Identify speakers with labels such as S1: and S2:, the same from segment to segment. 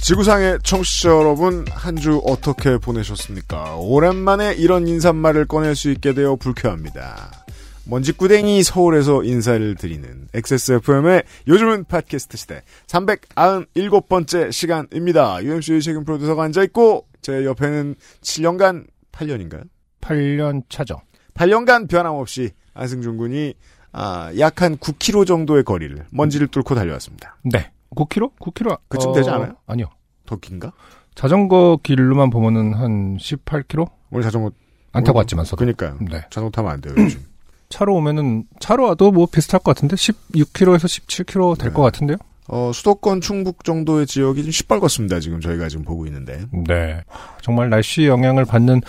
S1: 지구상의 청취자 여러분, 한 주 어떻게 보내셨습니까? 오랜만에 이런 인사말을 꺼낼 수 있게 되어 불쾌합니다. 먼지구댕이 서울에서 인사를 드리는 XSFM의 요즘은 팟캐스트 시대 397번째 시간입니다. UMC의 책임 프로듀서가 앉아있고, 제 옆에는 7년간, 8년인가요?
S2: 8년 차죠.
S1: 8년간 변함없이 안승준 군이 아, 약 한 9km 정도의 거리를 먼지를 뚫고 달려왔습니다.
S2: 네. 9km? 9km.
S1: 그쯤 되지 않아요?
S2: 어, 아니요.
S1: 더 긴가?
S2: 자전거 길로만 보면은 한 18km?
S1: 오늘 자전거
S2: 안 타고 왔지만 서도.
S1: 그니까요.
S2: 네.
S1: 자전거 타면 안 돼요, 요즘.
S2: 차로 오면은 차로 와도 뭐 비슷할 것 같은데 16km에서 17km
S1: 네.
S2: 될 것 같은데요?
S1: 어, 수도권 충북 정도의 지역이 좀 시뻘겋습니다. 지금 저희가 지금 보고 있는데.
S2: 네. 정말 날씨 영향을 받는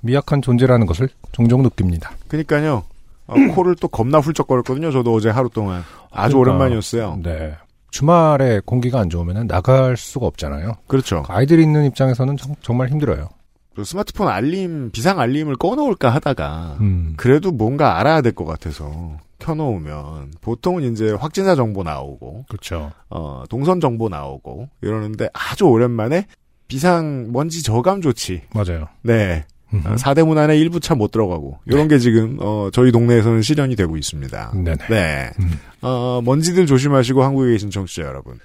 S2: 미약한 존재라는 것을 종종 느낍니다.
S1: 그니까요. 어, 코를 또 겁나 훌쩍거렸거든요. 저도 어제 하루 동안. 아주
S2: 그러니까.
S1: 오랜만이었어요.
S2: 네. 주말에 공기가 안 좋으면 나갈 수가 없잖아요.
S1: 그렇죠.
S2: 아이들이 있는 입장에서는 정, 정말 힘들어요.
S1: 그 스마트폰 알림, 비상 알림을 꺼놓을까 하다가,
S2: 음.
S1: 그래도 뭔가 알아야 될 것 같아서 켜놓으면, 보통은 이제 확진자 정보 나오고,
S2: 그렇죠.
S1: 어, 동선 정보 나오고, 이러는데 아주 오랜만에 비상 먼지 저감 조치.
S2: 맞아요.
S1: 네.
S2: 음.
S1: 아, 4대문 안에 일부 차 못 들어가고 이런 게 지금 어, 저희 동네에서는 실현이 되고 있습니다.
S2: 네네.
S1: 네.
S2: 음.
S1: 어, 먼지들 조심하시고 한국에 계신 청취자 여러분.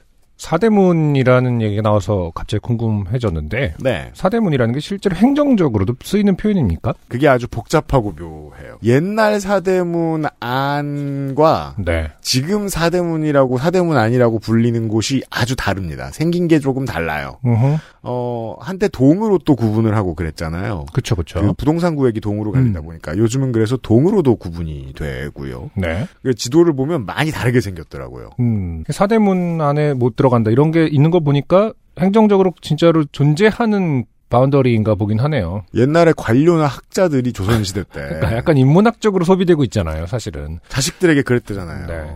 S2: 사대문이라는 얘기가 나와서 갑자기 궁금해졌는데
S1: 네.
S2: 사대문이라는 게 실제로 행정적으로도 쓰이는 표현입니까?
S1: 그게 아주 복잡하고 묘해요. 옛날 사대문 안과
S2: 네.
S1: 지금 사대문이라고 사대문 안이라고 불리는 곳이 아주 다릅니다. 생긴 게 조금 달라요.
S2: 음.
S1: 어, 한때 동으로 또 구분을 하고 그랬잖아요.
S2: 그쵸
S1: 그
S2: 그쵸.
S1: 부동산 구역이 동으로
S2: 그렇죠.
S1: 갈리다
S2: 음.
S1: 보니까 요즘은 그래서 동으로도 구분이 되고요.
S2: 네.
S1: 그 지도를 보면 많이 다르게 생겼더라고요.
S2: 음. 사대문 안에 못 들어간다 이런 게 있는 거 보니까 행정적으로 진짜로 존재하는 바운더리인가 보긴 하네요.
S1: 옛날에 관료나 학자들이 조선시대 때
S2: 그러니까 약간 인문학적으로 소비되고 있잖아요, 사실은.
S1: 자식들에게 그랬대잖아요.
S2: 네.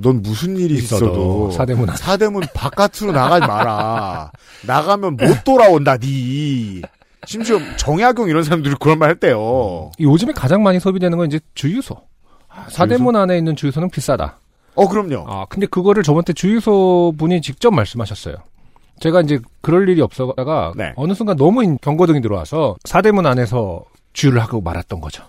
S1: 넌 무슨 일이 있어도,
S2: 사대문 안.
S1: 사대문 바깥으로 나가지 마라. 나가면 못 돌아온다, 니. 심지어 정약용 이런 사람들이 그런 말 할 때요.
S2: 요즘에 가장 많이 소비되는 건 이제 주유소. 아, 사대문 안에 있는 주유소는 비싸다.
S1: 어, 그럼요.
S2: 아, 근데 그거를 저번 때 주유소 분이 직접 말씀하셨어요. 제가 이제 그럴 일이 없어다가
S1: 네.
S2: 어느 순간 너무 인- 경고등이 들어와서 사대문 안에서 주유를 하고 말았던 거죠.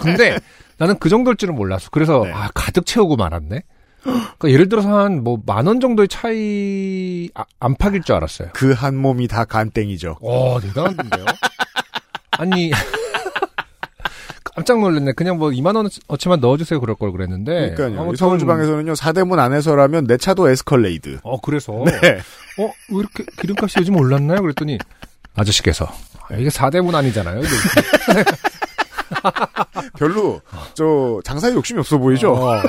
S2: 근데 나는 그 정도일 줄은 몰랐어. 그래서
S1: 네.
S2: 아, 가득 채우고 말았네. 그러니까 예를 들어서 한 뭐 만 원 정도의 차이 아- 안팎일 줄 알았어요.
S1: 그 한 몸이 다 간땡이죠.
S2: 와, 대단한데요? 아니, 깜짝 놀랐네. 그냥 뭐 2만원어치만 넣어주세요. 그럴 걸 그랬는데.
S1: 그러니까요. 이
S2: 네, 아무튼-
S1: 서울지방에서는요, 사대문 안에서라면 내 차도 에스컬레이드.
S2: 어, 그래서.
S1: 네.
S2: 어, 왜 이렇게 기름값이 요즘 올랐나요? 그랬더니 아저씨께서 아, 이게 4대문 아니잖아요. 이게.
S1: 별로, 저, 장사에 욕심이 없어 보이죠?
S2: 아. 어,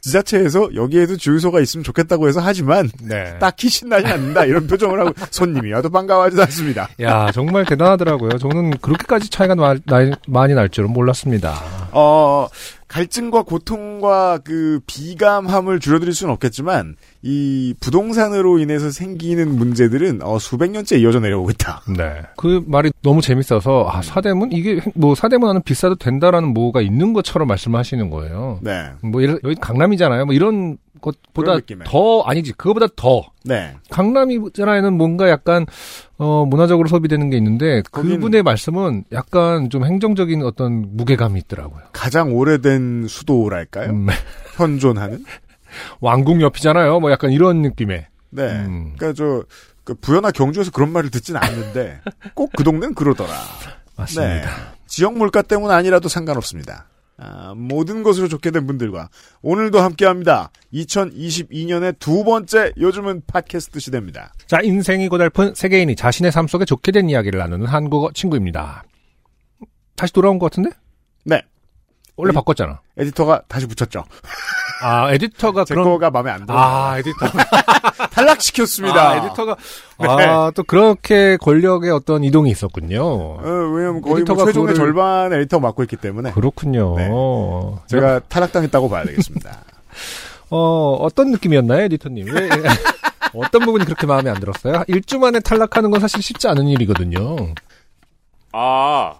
S1: 지자체에서 여기에도 주유소가 있으면 좋겠다고 해서 하지만,
S2: 네.
S1: 딱히 신나지 않는다 이런 표정을 하고 손님이 와도 반가워하지도 않습니다.
S2: 야, 정말 대단하더라고요. 저는 그렇게까지 차이가 나, 나- 많이 날 줄은 몰랐습니다.
S1: 어 갈증과 고통과 그 비감함을 줄여드릴 수는 없겠지만 이 부동산으로 인해서 생기는 문제들은 어, 수백 년째 이어져 내려오고 있다.
S2: 네. 그 말이 너무 재밌어서
S1: 음.
S2: 아, 4대문 이게 뭐 4대문 안은 비싸도 된다라는 뭐가 있는 것처럼 말씀하시는 거예요.
S1: 네,
S2: 뭐 예를- 여기 강남이잖아요. 뭐 이런
S1: 그런
S2: 것보다
S1: 느낌에.
S2: 더 아니지. 그거보다 더
S1: 네.
S2: 강남이잖아에는 뭔가 약간 어 문화적으로 소비되는 게 있는데
S1: 거긴-
S2: 그분의 말씀은 약간 좀 행정적인 어떤 무게감이 있더라고요.
S1: 가장 오래된 수도랄까요?
S2: 음,
S1: 현존하는.
S2: 왕궁 옆이잖아요. 뭐 약간 이런 느낌의.
S1: 네.
S2: 음.
S1: 그러니까 저그 부여나 경주에서 그런 말을 듣진 않는데 꼭 그 동네는 그러더라. 네.
S2: 맞습니다.
S1: 지역 물가 때문 아니라도 상관없습니다. 아, 모든 것으로 좋게 된 분들과 오늘도 함께합니다. 2022년의 두 번째 요즘은 팟캐스트 시대입니다.
S2: 자, 인생이 고달픈 세계인이 자신의 삶 속에 좋게 된 이야기를 나누는 한국어 친구입니다. 다시 돌아온 것 같은데?
S1: 네.
S2: 원래
S1: 이-
S2: 바꿨잖아.
S1: 에디터가 다시 붙였죠.
S2: 아, 에디터가
S1: 제
S2: 그런.
S1: 거가 마음에 안 들어요.
S2: 아, 에디터.
S1: 탈락시켰습니다. 네.
S2: 아, 에디터가. 아, 또 그렇게 권력의 어떤 이동이 있었군요.
S1: 어, 왜냐면 거의 뭐
S2: 에디터가
S1: 최종의
S2: 그거를-
S1: 절반 에디터 맡고 있기 때문에
S2: 그렇군요. 어.
S1: 네.
S2: 제가
S1: 제가 탈락당했다고 봐야 되겠습니다.
S2: 어 어떤 느낌이었나요, 에디터님? 왜- 어떤 부분이 그렇게 마음에 안 들었어요? 일주 만에 탈락하는 건 사실 쉽지 않은 일이거든요.
S3: 아,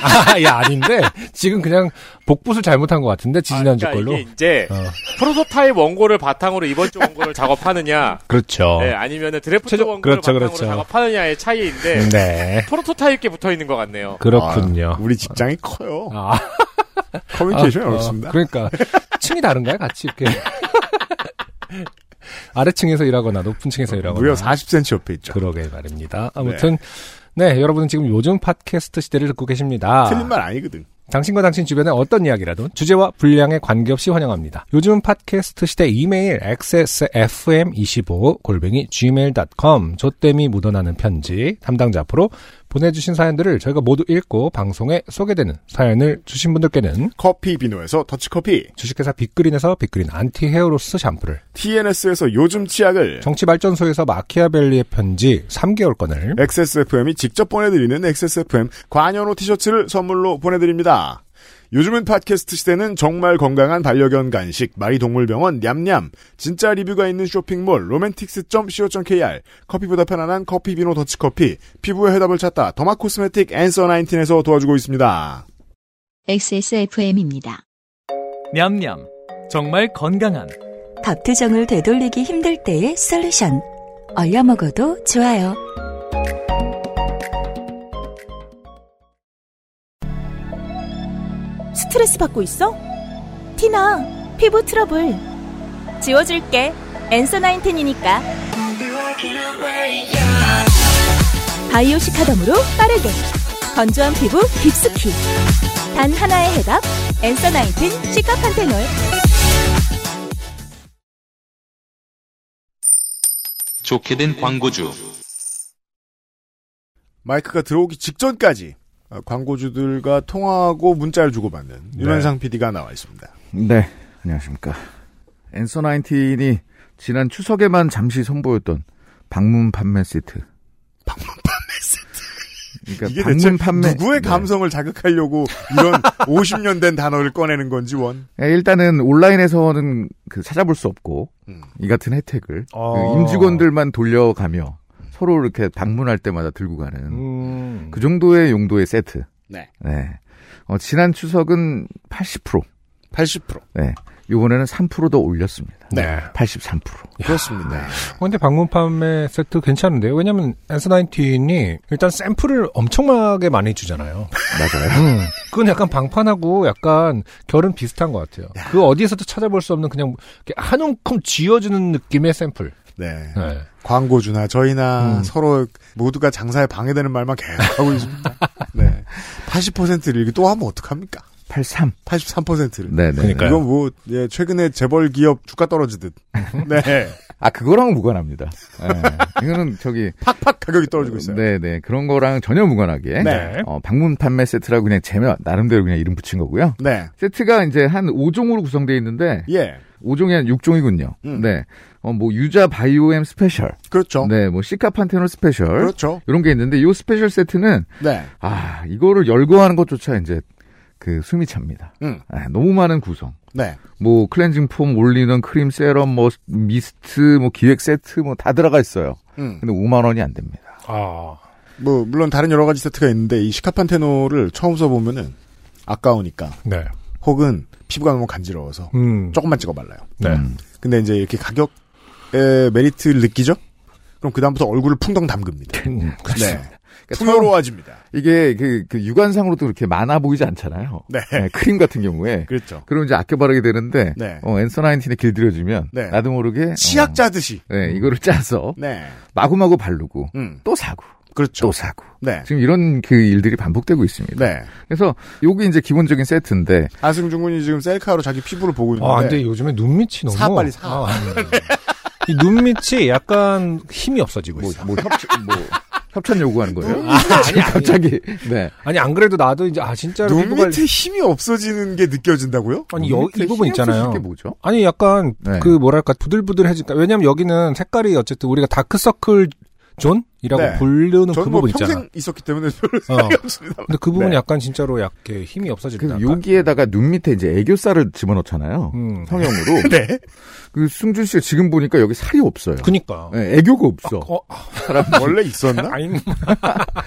S2: 아, 예, 아닌데 지금 그냥 복붙을 잘못한 것 같은데 지지난주
S3: 그러니까
S2: 걸로.
S3: 이게 이제
S2: 어,
S3: 프로토타입 원고를 바탕으로 이번 주 원고를 작업하느냐,
S2: 그렇죠.
S3: 네, 아니면 드래프트
S2: 최종-
S3: 원고를
S2: 그렇죠,
S3: 바탕으로
S2: 그렇죠.
S3: 작업하느냐의 차이인데
S2: 네.
S3: 프로토타입게 붙어 있는 것 같네요.
S2: 그렇군요.
S1: 아, 우리 직장이 커요.
S2: 아,
S1: 커뮤니케이션이
S2: 아, 어,
S1: 어렵습니다.
S2: 그러니까 층이 다른가요, 같이 이렇게? 아래층에서 일하거나 높은 층에서 일하거나.
S1: 무려 40cm 옆에 있죠.
S2: 그러게 말입니다. 아무튼 네. 여러분은 지금 요즘 팟캐스트 시대를 듣고 계십니다.
S1: 틀린 말 아니거든.
S2: 당신과 당신 주변의 어떤 이야기라도 주제와 분량에 관계없이 환영합니다. 요즘은 팟캐스트 시대 이메일 xsfm25 골뱅이 gmail.com 조땜이 묻어나는 편지 담당자 앞으로 보내주신 사연들을 저희가 모두 읽고 방송에 소개되는 사연을 주신 분들께는
S1: 커피 비노에서 더치커피,
S2: 주식회사 빅그린에서 빅그린 안티 헤어로스 샴푸를
S1: TNS에서 요즘 치약을,
S2: 정치발전소에서 마키아벨리의 편지 3개월권을
S1: 네. XSFM이 직접 보내드리는 XSFM 관현호 티셔츠를 선물로 보내드립니다. 요즘은 팟캐스트 시대는 정말 건강한 반려견 간식, 마리동물병원 냠냠, 진짜 리뷰가 있는 쇼핑몰 로맨틱스.co.kr, 커피보다 편안한 커피비노 더치커피, 피부의 해답을 찾다 더마 코스메틱 앤서 19에서 도와주고 있습니다.
S4: XSFM입니다.
S5: 냠냠. 정말 건강한
S6: 밥투정을 되돌리기 힘들 때의 솔루션. 얼려 먹어도 좋아요.
S7: 스트레스 받고 있어? 티나, 피부 트러블. 지워줄게. 엔서 나인텐이니까. 바이오 시카덤으로 빠르게. 건조한 피부 깊숙이. 단 하나의 해답. 엔서 나인텐 시카판테놀.
S8: 좋게 된 광고주.
S1: 마이크가 들어오기 직전까지 어, 광고주들과 통화하고 문자를 주고받는 유현상 PD가 나와 있습니다.
S9: 네, 안녕하십니까. 엔서 19이 지난 추석에만 잠시 선보였던 방문 판매 세트.
S1: 이게
S9: 방문 판매 세트. 그러니까
S1: 대체
S9: 방문 판매
S1: 누구의
S9: 네.
S1: 감성을 자극하려고 이런 50년 된 단어를 꺼내는 건지 원.
S9: 예, 일단은 온라인에서는 그 찾아볼 수 없고
S1: 음. 아.
S9: 이 같은 혜택을
S2: 어.
S9: 그 임직원들만 돌려가며 서로 이렇게 방문할 때마다 들고 가는
S2: 음,
S9: 그 정도의 용도의 세트.
S1: 네.
S9: 네. 어, 지난 추석은 80%.
S1: 80%
S9: 네. 이번에는 3%더 올렸습니다.
S1: 네.
S9: 83%.
S1: 그렇습니다.
S2: 어, 근데 방문 판매 세트 괜찮은데요? 왜냐면 엔스19이 일단 샘플을 엄청나게 많이 주잖아요.
S9: 맞아요.
S2: 음, 그건 약간 방판하고 약간 결은 비슷한 것 같아요. 그 어디에서도 찾아볼 수 없는 그냥 이렇게 한 움큼 쥐어주는 느낌의 샘플.
S1: 네.
S2: 네.
S1: 광고주나 저희나
S2: 음.
S1: 서로 모두가 장사에 방해되는 말만 계속 하고 있습니다. 네. 80%를 이렇게 또 하면 어떡합니까?
S9: 83.
S1: 83%를.
S9: 네, 네.
S2: 그러니까요.
S1: 이건 뭐, 예, 최근에 재벌 기업 주가 떨어지듯. 네.
S9: 아, 그거랑 무관합니다. 예. 이거는 저기.
S1: 팍팍 가격이 떨어지고 있어요.
S9: 네네. 그런 거랑 전혀 무관하게.
S1: 네.
S9: 어, 방문 판매 세트라고 그냥 제면, 나름대로 그냥 이름 붙인 거고요.
S1: 네.
S9: 세트가 이제 한 5종으로 구성되어 있는데,
S1: 예.
S9: 5종이 한 6종이군요.
S1: 음.
S9: 네. 어, 뭐, 유자 바이오엠 스페셜.
S1: 그렇죠.
S9: 네, 뭐, 시카판테놀 스페셜.
S1: 그렇죠.
S9: 이런 게 있는데, 이 스페셜 세트는,
S1: 네.
S9: 아, 이거를 열거하는 것조차 이제, 그, 숨이 찹니다.
S1: 음.
S9: 아, 너무 많은 구성.
S1: 네.
S9: 뭐 클렌징 폼, 올리는 크림, 세럼, 뭐 미스트, 뭐 기획 세트 뭐 다 들어가 있어요.
S1: 음.
S9: 근데 5만 원이 안 됩니다.
S2: 아.
S1: 뭐 물론 다른 여러 가지 세트가 있는데 이 시카판테노를 처음 써보면은 아까우니까
S2: 네.
S1: 혹은 피부가 너무 간지러워서
S2: 음.
S1: 조금만 찍어 발라요.
S2: 네.
S9: 음.
S1: 근데 이제 이렇게 가격의 메리트를 느끼죠? 그럼 그 다음부터 얼굴을 풍덩 담급니다.
S2: 음,
S1: 네,
S9: 그러니까 처음-
S1: 풍요로워집니다.
S9: 이게 그, 그 육안상으로도 그렇게 많아 보이지 않잖아요.
S1: 네.
S9: 네, 크림 같은 경우에.
S1: 그렇죠.
S9: 그럼 이제 아껴 바르게 되는데
S1: 네.
S9: 어, 엔서 나인틴에 길들여주면
S1: 네.
S9: 나도 모르게
S1: 치약 짜듯이.
S9: 어, 네, 이거를 짜서
S1: 네,
S9: 마구마구 바르고
S1: 음,
S9: 또 사고
S1: 그렇죠.
S9: 또 사고
S1: 네,
S9: 지금 이런 그 일들이 반복되고 있습니다.
S1: 네.
S9: 그래서 요게 이제 기본적인 세트인데
S1: 안승준 군이 지금 셀카로 자기 피부를 보고 있는데.
S2: 아, 근데 요즘에 눈밑이 너무.
S1: 네. 사, 빨리 사.
S2: 아, 음. 이 눈밑이 약간 힘이 없어지고
S9: 뭐,
S2: 있어.
S9: 뭐 협, 뭐 협찬 요구하는 거예요?
S1: 아,
S9: 아니, 갑자기. 네.
S2: 아니 안 그래도 나도 이제 아 진짜로
S1: 눈
S2: 피부가
S1: 밑에 힘이 없어지는 게 느껴진다고요?
S2: 아니
S9: 뭐
S2: 여, 이 부분 있잖아요.
S9: 게 뭐죠?
S2: 아니 약간
S9: 네.
S2: 그 뭐랄까 부들부들해질까 그러니까 왜냐면 여기는 색깔이 어쨌든 우리가 다크서클 존이라고
S1: 네.
S2: 부르는 그
S1: 저는 뭐
S2: 부분
S1: 평생
S2: 있잖아.
S1: 있었기 때문에 별로
S2: 어.
S1: 없습니다.
S2: 근데 그 부분이
S1: 네.
S2: 약간 진짜로 약간 힘이 없어진다.
S9: 그 여기에다가 눈 밑에 이제 애교살을 집어넣잖아요.
S2: 음.
S9: 성형으로.
S1: 네.
S9: 그 승준 씨가 지금 보니까 여기 살이 없어요.
S2: 그니까.
S9: 네, 애교가 없어. 뭐 그러니까.
S2: 어, 아,
S1: 원래 있었나?
S2: 아니,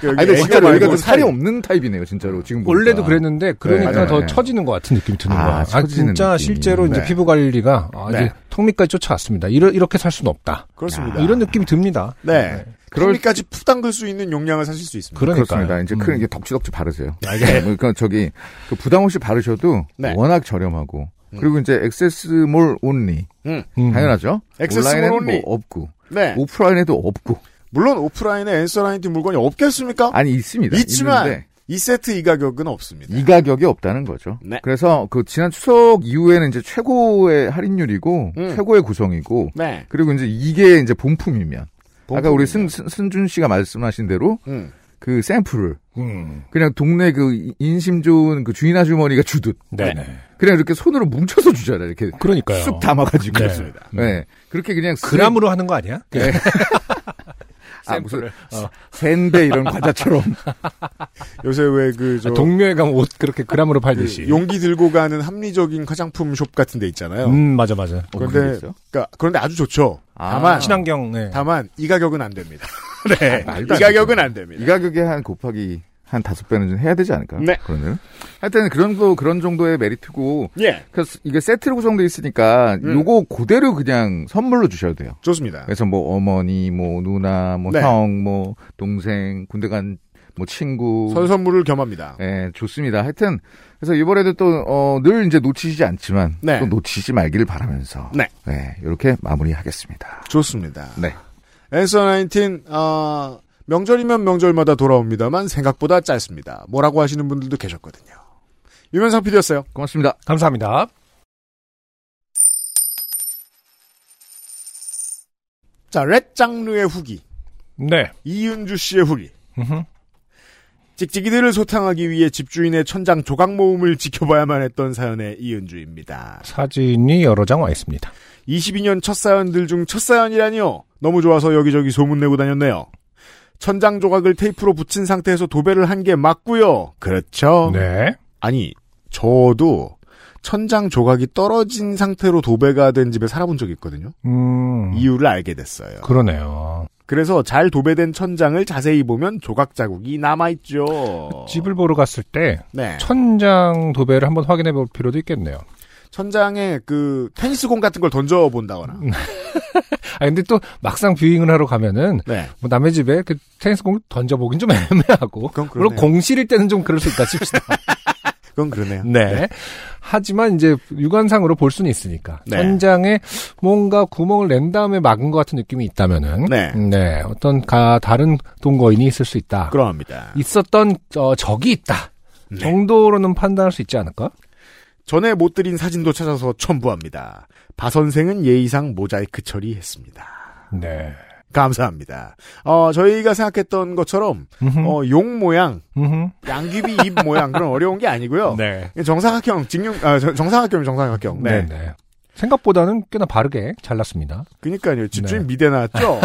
S1: 여기
S9: 아니, 근데
S1: 애교
S9: 진짜로
S1: 말고
S9: 여기가 좀 살이
S1: 살-
S9: 없는 타입이네요, 진짜로. 지금 보니까.
S2: 원래도 그랬는데 그러니까
S9: 네, 네,
S2: 더
S9: 네.
S2: 처지는 것 같은 느낌이 드는
S9: 아,
S2: 거야. 아,
S9: 처지는
S2: 진짜
S9: 느낌.
S2: 실제로 이제
S9: 네.
S2: 피부 관리가 아, 이제
S1: 네.
S2: 턱 밑까지 쫓아왔습니다. 이러, 이렇게 살 수는 없다.
S1: 그렇습니다.
S9: 야.
S2: 이런 느낌이 듭니다.
S1: 네.
S9: 그럴-
S1: 그럴까지 푸담글 수 있는 용량을 사실 수 있습니다.
S2: 그러니까.
S9: 그렇습니다. 이제
S2: 음.
S9: 큰 이게 덕지덕지 바르세요.
S1: 알겠-
S9: 그러니까 저기 그 부담 없이 바르셔도
S1: 네.
S9: 워낙 저렴하고 그리고 이제 액세스몰 온리
S2: 음.
S9: 당연하죠.
S1: 액세스몰
S9: 온라인에는
S1: 온리.
S9: 뭐 없고
S1: 네.
S9: 오프라인에도 없고
S1: 물론 오프라인에 앤서라인티 물건이 없겠습니까?
S9: 아니 있습니다.
S1: 있지만
S9: 있는데
S1: 이 세트 이 가격은 없습니다.
S9: 이 가격이 없다는 거죠.
S1: 네.
S9: 그래서 그 지난 추석 이후에는 이제 최고의 할인율이고
S1: 음.
S9: 최고의 구성이고
S1: 네.
S9: 그리고 이제 이게 이제 본품이면 아까 우리 승,
S1: 본품이네요.
S9: 승- 승준 씨가 말씀하신 대로
S1: 음.
S9: 그 샘플을
S2: 음.
S9: 그냥 동네 그 인심 좋은 그 주인 아주머니가 주듯
S2: 네.
S9: 그냥 이렇게 손으로 뭉쳐서 주잖아요. 이렇게
S2: 그러니까요.
S9: 쑥 담아가지고.
S2: 네.
S9: 그렇습니다. 네. 그렇게 그냥 쓰레-
S2: 그람으로 하는 거 아니야?
S9: 네. 아, 무슨
S2: 어,
S9: 샌베 이런 과자처럼
S1: 요새 왜
S9: 아,
S1: 그 저
S2: 동묘에 가면 옷 그렇게 그람으로 팔듯이.
S1: 용기 들고 가는 합리적인 화장품 숍 같은 데 있잖아요.
S2: 음, 맞아, 맞아.
S1: 그런데
S9: 모르겠어요.
S1: 그러니까 그런데 아주 좋죠.
S9: 아.
S1: 다만
S2: 친환경, 네.
S1: 다만 이 가격은 안 됩니다. 네.
S9: 아,
S1: 이
S9: 말도 안
S1: 가격은 안
S9: 이
S1: 됩니다.
S9: 가격에 한 곱하기 한 다섯 배는 좀 해야 되지 않을까?
S1: 네.
S9: 그러네요. 하여튼 그런 정도 그런 정도의 메리트고
S1: 예.
S9: 그래서 이게 세트로 구성돼 있으니까
S1: 음.
S9: 요거 그대로 그냥 선물로 주셔도 돼요.
S1: 좋습니다.
S9: 그래서 뭐 어머니, 뭐 누나, 뭐
S1: 네.
S9: 형, 뭐 동생, 군대 간 뭐 친구
S1: 선선물을 겸합니다.
S9: 예, 좋습니다. 하여튼 그래서 이번에도 또늘 이제 놓치시지 않지만
S1: 네.
S9: 또 놓치지 말기를 바라면서
S1: 네.
S9: 예, 이렇게 마무리하겠습니다.
S1: 좋습니다.
S9: 네.
S1: 앤서 19 아, 명절이면 명절마다 돌아옵니다만 생각보다 짧습니다. 뭐라고 하시는 분들도 계셨거든요. 유면상 PD였어요.
S9: 고맙습니다.
S2: 감사합니다.
S1: 자, 렛 장르의 후기.
S2: 네.
S1: 이은주 씨의 후기.
S2: 음흠.
S1: 찍찍이들을 소탕하기 위해 집주인의 천장 조각 모음을 지켜봐야만 했던 사연의 이은주입니다.
S2: 사진이 여러 장 와 있습니다.
S1: 22년 첫 사연들 중 첫 사연이라니요. 너무 좋아서 여기저기 소문내고 다녔네요. 천장 조각을 테이프로 붙인 상태에서 도배를 한 게 맞고요. 그렇죠.
S2: 네.
S1: 아니, 저도 천장 조각이 떨어진 상태로 도배가 된 집에 살아본 적이 있거든요.
S2: 음.
S1: 이유를 알게 됐어요.
S2: 그러네요.
S1: 그래서 잘 도배된 천장을 자세히 보면 조각 자국이 남아있죠.
S2: 그 집을 보러 갔을 때
S1: 네.
S2: 천장 도배를 한번 확인해 볼 필요도 있겠네요.
S1: 천장에 그 테니스공 같은 걸 던져 본다거나.
S2: 음. 아 근데 또 막상 뷰잉을 하러 가면은
S1: 네.
S2: 뭐 남의 집에 그 테니스 공 던져보긴 좀 애매하고
S1: 그건 그러네요.
S2: 물론 공실일 때는 좀 그럴 수 있다 칩시다.
S1: 그건 그러네요.
S2: 네. 하지만 이제 육안상으로 볼 수는 있으니까
S1: 네.
S2: 천장에 뭔가 구멍을 낸 다음에 막은 것 같은 느낌이 있다면은
S1: 네.
S2: 네, 어떤 가 다른 동거인이 있을 수 있다.
S1: 그러합니다.
S2: 있었던 어, 적이 있다.
S1: 네.
S2: 정도로는 판단할 수 있지 않을까?
S1: 전에 못 드린 사진도 찾아서 첨부합니다. 바 선생은 예의상 모자이크 처리했습니다.
S2: 네.
S1: 감사합니다. 어, 저희가 생각했던 것처럼
S2: 음흠,
S1: 어, 용 모양,
S2: 음흠.
S1: 양귀비 입 모양 그런 어려운 게 아니고요.
S2: 네.
S1: 정사각형, 직육, 아, 저- 정사각형이 정사각형. 네.
S2: 네. 네. 생각보다는 꽤나 바르게 잘랐습니다.
S1: 그니까요. 집주인
S2: 네.
S1: 미대 나왔죠?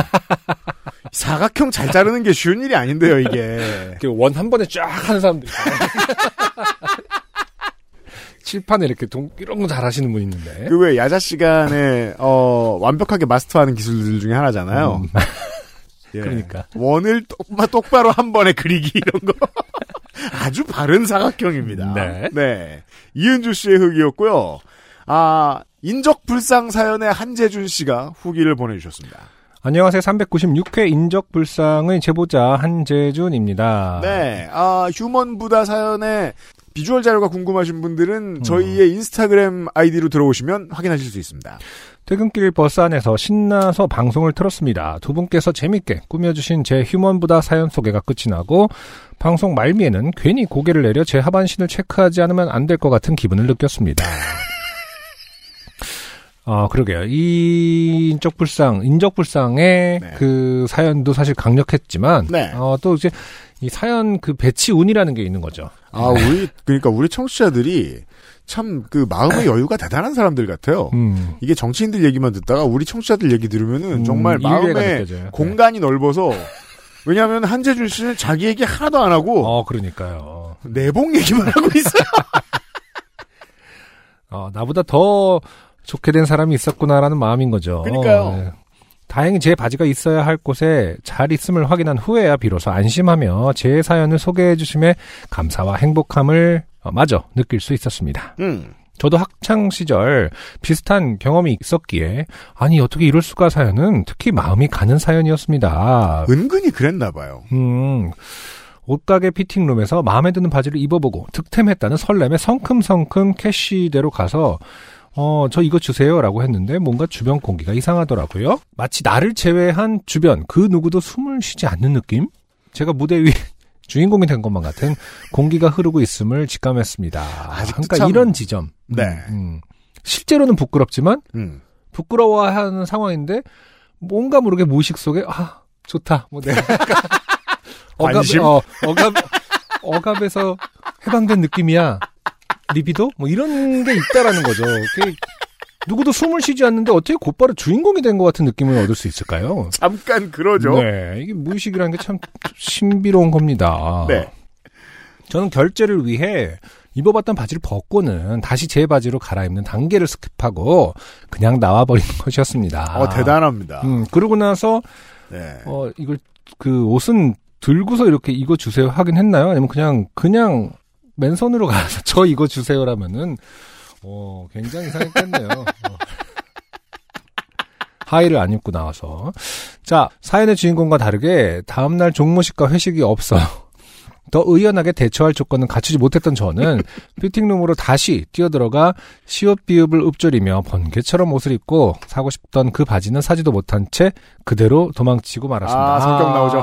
S1: 사각형 잘 자르는 게 쉬운 일이 아닌데요, 이게.
S2: 원 한 번에 쫙 하는 사람들. 칠판에 이렇게 동, 이런 거 잘 하시는 분 있는데.
S1: 그 왜 야자 시간에 어, 완벽하게 마스터하는 기술들 중에 하나잖아요. 예.
S2: 음. 그러니까.
S1: 원을 똑바, 똑바로 한 번에 그리기 이런 거. 아주 바른 사각형입니다.
S2: 네.
S1: 이은주 씨의 흑이었고요. 아, 인적불상 사연의 한재준 씨가 후기를 보내주셨습니다.
S2: 안녕하세요. 396회 인적불상의 제보자 한재준입니다.
S1: 네. 아, 휴먼 부다 사연의 비주얼 자료가 궁금하신 분들은
S2: 음.
S1: 저희의 인스타그램 아이디로 들어오시면 확인하실 수 있습니다.
S2: 퇴근길 버스 안에서 신나서 방송을 틀었습니다. 두 분께서 재밌게 꾸며주신 제 휴먼보다 사연 소개가 끝이 나고 방송 말미에는 괜히 고개를 내려 제 하반신을 체크하지 않으면 안 될 것 같은 기분을 느꼈습니다. 아, 그러게요. 이 인적불상, 인적불상의
S1: 네.
S2: 그 사연도 사실 강력했지만,
S1: 네.
S2: 어, 또 이제 이 사연 그 배치운이라는 게 있는 거죠.
S1: 아, 우리, 그러니까 우리 청취자들이 참 그 마음의 여유가 대단한 사람들 같아요.
S2: 음.
S1: 이게 정치인들 얘기만 듣다가 우리 청취자들 얘기 들으면은
S2: 음,
S1: 정말
S2: 인류애가
S1: 마음의
S2: 느껴져요. 네.
S1: 공간이 넓어서 왜냐하면 한재준 씨는 자기 얘기 하나도 안 하고
S2: 어, 그러니까요.
S1: 내복 얘기만 하고 있어요.
S2: 어, 나보다 더 좋게 된 사람이 있었구나라는 마음인 거죠. 네.
S1: 그러니까요.
S2: 다행히 제 바지가 있어야 할 곳에 잘 있음을 확인한 후에야 비로소 안심하며 제 사연을 소개해 주심에 감사와 행복함을 어, 마저 느낄 수 있었습니다.
S1: 음,
S2: 저도 학창 시절 비슷한 경험이 있었기에 아니 어떻게 이럴 수가 사연은 특히 마음이 가는 사연이었습니다.
S1: 은근히 그랬나 봐요.
S2: 음. 옷가게 피팅룸에서 마음에 드는 바지를 입어보고 득템했다는 설렘에 성큼성큼 캐시대로 가서 어, 저 이거 주세요라고 했는데 뭔가 주변 공기가 이상하더라고요. 마치 나를 제외한 주변 그 누구도 숨을 쉬지 않는 느낌? 제가 무대 위에 주인공이 된 것만 같은 공기가 흐르고 있음을 직감했습니다.
S1: 아직도
S2: 그러니까
S1: 참-
S2: 이런 지점.
S1: 네.
S2: 음. 실제로는 부끄럽지만
S1: 음.
S2: 부끄러워하는 상황인데 뭔가 모르게 무의식 속에 아 좋다 뭐 내가 약간
S1: 관심?
S2: 어, 억압 억압에서 해방된 느낌이야 리비도 뭐 이런 게 있다라는 거죠. 그게 누구도 숨을 쉬지 않는데 어떻게 곧바로 주인공이 된 것 같은 느낌을 얻을 수 있을까요?
S1: 잠깐 그러죠.
S2: 네, 이게 무의식이라는 게 참 신비로운 겁니다.
S1: 네.
S2: 저는 결제를 위해 입어봤던 바지를 벗고는 다시 제 바지로 갈아입는 단계를 스킵하고 그냥 나와버린 것이었습니다.
S1: 어, 대단합니다.
S2: 아. 음, 그러고 나서
S1: 네.
S2: 어 이걸 그 옷은 들고서 이렇게 이거 주세요 하긴 했나요? 아니면 그냥 그냥 맨손으로 가서 저 이거 주세요라면은 어 굉장히 이상했겠네요. 어. 하의를 안 입고 나와서 자 사연의 주인공과 다르게 다음날 종무식과 회식이 없어 더 의연하게 대처할 조건은 갖추지 못했던 저는 피팅룸으로 다시 뛰어들어가 시옷비읍을 읊조리며 번개처럼 옷을 입고 사고 싶던 그 바지는 사지도 못한 채 그대로 도망치고 말았습니다.
S1: 아, 성격 나오죠.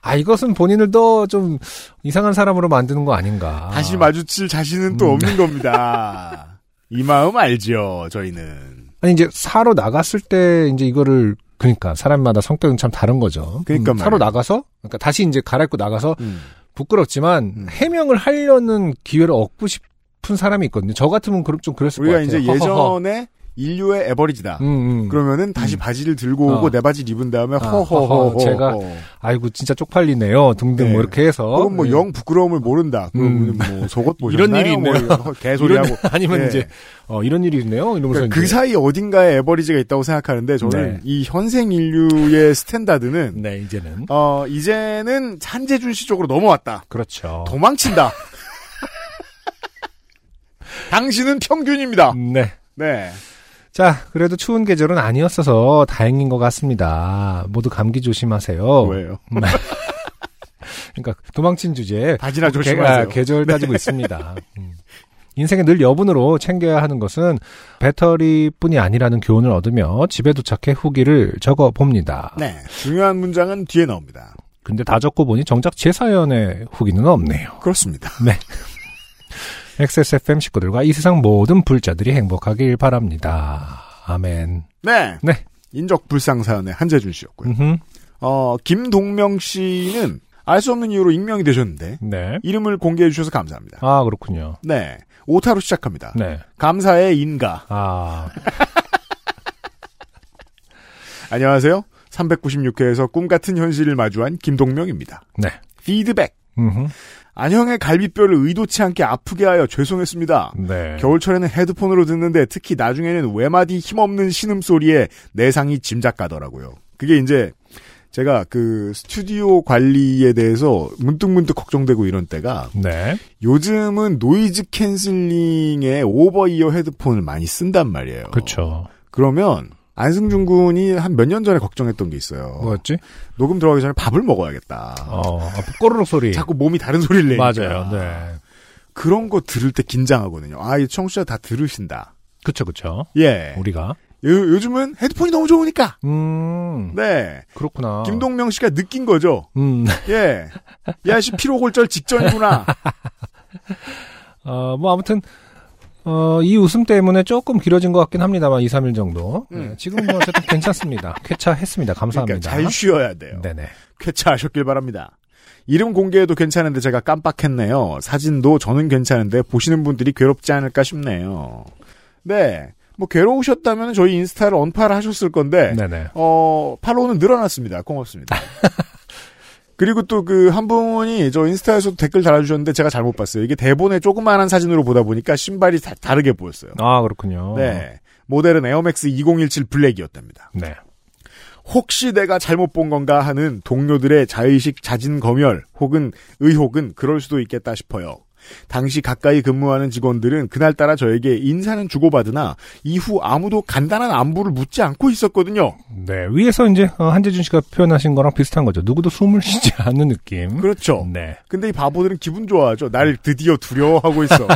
S2: 아 이것은 본인을 더 좀 이상한 사람으로 만드는 거 아닌가. 음.
S1: 다시 마주칠 자신은 또 없는 겁니다. 이 마음 알죠, 저희는.
S2: 아니 이제 사로 나갔을 때 이제 이거를 그러니까 사람마다 성격은 참 다른 거죠. 음,
S1: 그러니까 말이에요.
S2: 사로 나가서 그러니까 다시 이제 갈아입고 나가서
S1: 음.
S2: 부끄럽지만
S1: 음.
S2: 해명을 하려는 기회를 얻고 싶은 사람이 있거든요. 저 같으면 그럼 좀 그랬을 것
S1: 우리가
S2: 같아요.
S1: 이제
S2: 허허허.
S1: 예전에 인류의 에버리지다.
S2: 음, 음.
S1: 그러면은 다시 바지를 들고 오고
S2: 어.
S1: 내 바지를 입은 다음에
S2: 아,
S1: 허허허
S2: 허허, 제가 아이고 진짜 쪽팔리네요 등등
S1: 네.
S2: 뭐 이렇게 해서
S1: 혹은 뭐 영 부끄러움을 모른다.
S2: 음.
S1: 그러면 뭐 속옷 보셨나요?
S2: 이런 일이
S1: 뭐
S2: 있네요.
S1: 이런 허-
S2: 이런,
S1: 개소리하고.
S2: 아니면
S1: 예.
S2: 이제 어, 이런 일이 있네요 이러면서
S1: 그러니까 그
S2: 이제
S1: 사이 어딘가에 에버리지가 있다고 생각하는데 저는
S2: 네.
S1: 이 현생 인류의 스탠다드는
S2: 네 이제는
S1: 어 이제는 한재준 씨 쪽으로 넘어왔다.
S2: 그렇죠
S1: 도망친다. 당신은 평균입니다.
S2: 네
S1: 네.
S2: 자, 그래도 추운 계절은 아니었어서 다행인 것 같습니다. 모두 감기 조심하세요.
S1: 왜요?
S2: 네. 그러니까 도망친 주제에
S1: 바지나
S2: 개,
S1: 조심하세요. 네.
S2: 절 따지고 있습니다. 음. 인생에 늘 여분으로 챙겨야 하는 것은 배터리뿐이 아니라는 교훈을 얻으며 집에 도착해 후기를 적어 봅니다.
S1: 네. 중요한 문장은 뒤에 나옵니다.
S2: 근데 다 적고 보니 정작 제 사연의 후기는 없네요.
S1: 그렇습니다.
S2: XSFM 식구들과 이 세상 모든 불자들이 행복하길 바랍니다. 아멘.
S1: 네.
S2: 네.
S1: 인적불상 사연의 한재준 씨였고요.
S2: 음흠.
S1: 어, 김동명 씨는 알 수 없는 이유로 익명이 되셨는데
S2: 네.
S1: 이름을 공개해 주셔서 감사합니다.
S2: 아, 그렇군요.
S1: 네. 오타로 시작합니다.
S2: 네.
S1: 감사의 인가.
S2: 아,
S1: 안녕하세요. 396회에서 꿈 같은 현실을 마주한 김동명입니다.
S2: 네.
S1: 피드백.
S2: 음흠.
S1: 안형의 갈비뼈를 의도치 않게 아프게 하여 죄송했습니다.
S2: 네.
S1: 겨울철에는 헤드폰으로 듣는데 특히 나중에는 외마디 힘없는 신음소리에 내상이 짐작 가더라고요. 그게 이제 제가 그 스튜디오 관리에 대해서 문득문득 걱정되고 이런 때가
S2: 네.
S1: 요즘은 노이즈 캔슬링에 오버이어 헤드폰을 많이 쓴단 말이에요.
S2: 그렇죠.
S1: 그러면 안승준 군이 한 몇 년 전에 걱정했던 게 있어요.
S2: 뭐였지?
S1: 녹음 들어가기 전에 밥을 먹어야겠다.
S2: 어, 아, 꼬르륵 소리.
S1: 자꾸 몸이 다른 소리를 내니까.
S2: 맞아요. 네.
S1: 그런 거 들을 때 긴장하거든요. 아, 이 청취자 다 들으신다.
S2: 그쵸, 그쵸.
S1: 예.
S2: 우리가.
S1: 요, 요즘은 헤드폰이 너무 좋으니까.
S2: 네. 음,
S1: 네.
S2: 그렇구나.
S1: 김동명 씨가 느낀 거죠.
S2: 음,
S1: 예. 야씨 피로골절 직전이구나.
S2: 어, 뭐 아무튼, 어, 이 웃음 때문에 조금 길어진 것 같긴 합니다만 2, 3일 정도.
S1: 음.
S2: 네, 지금 뭐 어쨌든 괜찮습니다. 쾌차했습니다.
S1: 그러니까
S2: 감사합니다.
S1: 잘 쉬어야 돼요.
S2: 네네.
S1: 쾌차하셨길 바랍니다. 이름 공개해도 괜찮은데 제가 깜빡했네요. 사진도 저는 괜찮은데 보시는 분들이 괴롭지 않을까 싶네요. 네. 뭐 괴로우셨다면 저희 인스타를 언팔 하셨을 건데
S2: 네네.
S1: 어, 팔로우는 늘어났습니다. 고맙습니다. 그리고 또 그 한 분이 저 인스타에서도 댓글 달아주셨는데 제가 잘못 봤어요. 이게 대본에 조그마한 사진으로 보다 보니까 신발이 다, 다르게 보였어요.
S2: 아, 그렇군요.
S1: 네. 모델은 에어맥스 2017 블랙이었답니다.
S2: 네.
S1: 혹시 내가 잘못 본 건가 하는 동료들의 자의식 자진 검열 혹은 의혹은 그럴 수도 있겠다 싶어요. 당시 가까이 근무하는 직원들은 그날따라 저에게 인사는 주고받으나 이후 아무도 간단한 안부를 묻지 않고 있었거든요.
S2: 네. 위에서 이제 어, 한재준 씨가 표현하신 거랑 비슷한 거죠. 누구도 숨을 쉬지 않는 느낌.
S1: 그렇죠.
S2: 네.
S1: 근데 이 바보들은 기분 좋아하죠. 날 드디어 두려워하고 있어.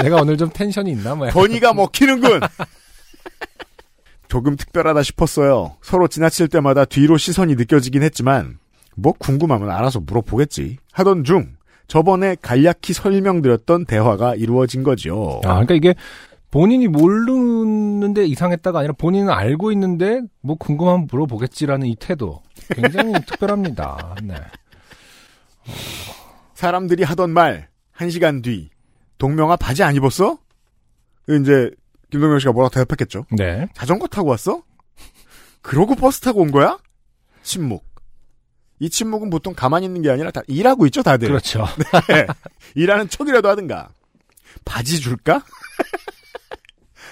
S2: 내가 오늘 좀 텐션이 있나 뭐야.
S1: 권위가 먹히는군. 조금 특별하다 싶었어요. 서로 지나칠 때마다 뒤로 시선이 느껴지긴 했지만 뭐 궁금하면 알아서 물어보겠지 하던 중 저번에 간략히 설명드렸던 대화가 이루어진 거죠.
S2: 아, 그러니까 이게 본인이 모르는데 이상했다가 아니라 본인은 알고 있는데 뭐 궁금하면 물어보겠지라는 이 태도 굉장히 특별합니다. 네.
S1: 사람들이 하던 말 한 시간 뒤 동명아 바지 안 입었어? 이제 김동명 씨가 뭐라고 대답했겠죠.
S2: 네.
S1: 자전거 타고 왔어? 그러고 버스 타고 온 거야? 침묵. 이 침묵은 보통 가만히 있는 게 아니라 다 일하고 있죠, 다들.
S2: 그렇죠.
S1: 네. 일하는 척이라도 하든가. 바지 줄까?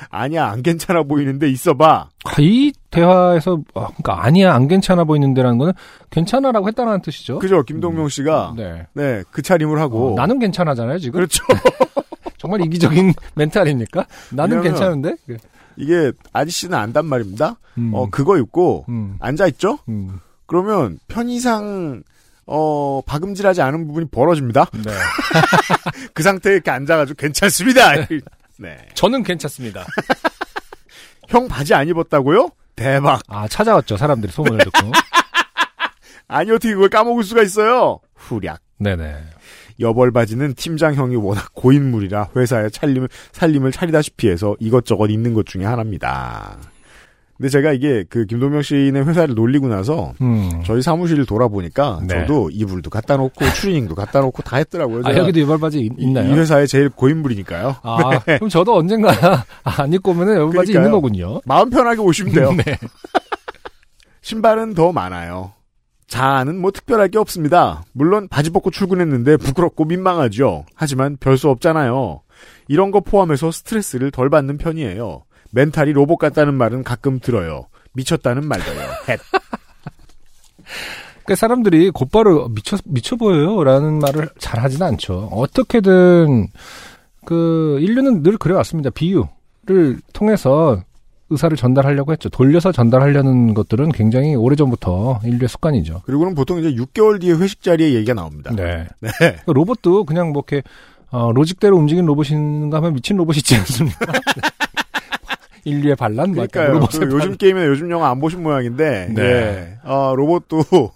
S1: 아니야, 안 괜찮아 보이는데 있어봐.
S2: 아, 이 대화에서 아, 그러니까 아니야 안 괜찮아 보이는데라는 거는 괜찮아라고 했다는 뜻이죠.
S1: 그죠, 김동명 씨가.
S2: 어? 네.
S1: 네, 그 차림을 하고.
S2: 어, 나는 괜찮아잖아요 지금.
S1: 그렇죠.
S2: 정말 이기적인 멘탈입니까? 나는
S1: 왜냐면-
S2: 괜찮은데. 그,
S1: 이게 아저씨는 안단 말입니다.
S2: 음,
S1: 어, 그거 입고
S2: 음,
S1: 앉아있죠?
S2: 음.
S1: 그러면 편의상, 어, 박음질하지 않은 부분이 벌어집니다.
S2: 네.
S1: 그 상태에 이렇게 앉아가지고 괜찮습니다. 네.
S2: 저는 괜찮습니다.
S1: 형 바지 안 입었다고요? 대박.
S2: 아 찾아왔죠 사람들이 소문을 듣고.
S1: 아니 어떻게 그걸 까먹을 수가 있어요? 후략.
S2: 네네.
S1: 여벌 바지는 팀장 형이 워낙 고인물이라 회사에 살림을, 살림을 차리다시피 해서 이것저것 있는 것 중에 하나입니다. 근데 제가 이게 그 김동명 씨네 회사를 놀리고 나서
S2: 음.
S1: 저희 사무실을 돌아보니까
S2: 네.
S1: 저도 이불도 갖다 놓고 추리닝도 갖다 놓고 다 했더라고요.
S2: 아
S1: 제가
S2: 여기도 유발바지 있-
S1: 이-
S2: 있나요?
S1: 이 회사의 제일 고인물이니까요.
S2: 아, 그럼 저도 언젠가 안 입고 오면은 여기까지
S1: 네. 그러니까요.
S2: 있는 거군요. 네.
S1: 마음 편하게 오시면 돼요. 신발은 더 많아요. 자아는 뭐 특별할 게 없습니다. 물론 바지 벗고 출근했는데 부끄럽고 민망하죠. 하지만 별 수 없잖아요. 이런 거 포함해서 스트레스를 덜 받는 편이에요. 멘탈이 로봇 같다는 말은 가끔 들어요. 미쳤다는 말도요. 헷.
S2: 그러니까 사람들이 곧바로 미쳐 미쳐 보여요라는 말을
S1: 네.
S2: 잘 하진 않죠. 어떻게든 그 인류는 늘 그래왔습니다. 비유를 통해서 의사를 전달하려고 했죠. 돌려서 전달하려는 것들은 굉장히 오래 전부터 인류의 습관이죠.
S1: 그리고는 보통 이제 6개월 뒤에 회식 자리에 얘기가 나옵니다.
S2: 네. 그러니까 로봇도 그냥 뭐 이렇게 어, 로직대로 움직이는 로봇인가 하면 미친 로봇이 있지 않습니까? 인류의 반란, 뭐 약간
S1: 그러니까요.
S2: 로봇의
S1: 그 요즘 게임이나 요즘 영화 안 보신 모양인데
S2: 네.
S1: 예. 아, 로봇도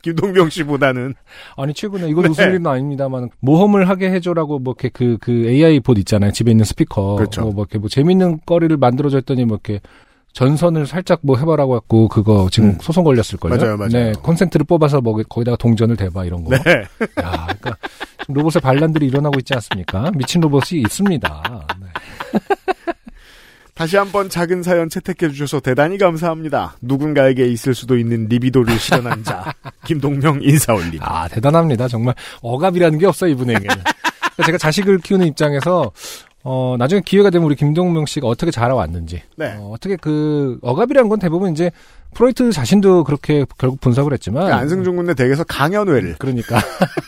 S1: 김동병 씨보다는
S2: 아니 최근에
S1: 네.
S2: 이건 웃을 일은 아닙니다만 모험을 하게 해줘라고 뭐 이렇게 그, 그 AI 봇 있잖아요 집에 있는 스피커
S1: 그렇죠.
S2: 뭐, 뭐 이렇게 뭐 재밌는 거리를 만들어줬더니 뭐 이렇게 전선을 살짝 뭐 해봐라고 했고 그거 지금
S1: 음.
S2: 소송 걸렸을 거예요.
S1: 맞아요, 맞아요.
S2: 네, 콘센트를 뽑아서 뭐 거기다가 동전을 대봐 이런 거.
S1: 네.
S2: 야, 그러니까 지금 로봇의 반란들이 일어나고 있지 않습니까? 미친 로봇이 있습니다. 네.
S1: 다시 한번 작은 사연 채택해 주셔서 대단히 감사합니다. 누군가에게 있을 수도 있는 리비도를 실현한 자 김동명 인사 올림.
S2: 아 대단합니다. 정말 억압이라는 게 없어 요 이분에게는. 그러니까 제가 자식을 키우는 입장에서 어 나중에 기회가 되면 우리 김동명 씨가 어떻게 자라왔는지
S1: 네.
S2: 어, 어떻게 그 억압이라는 건 대부분 이제 프로이트 자신도 그렇게 결국 분석을 했지만
S1: 네, 그 안승준 군대 댁에서 강연회를
S2: 그러니까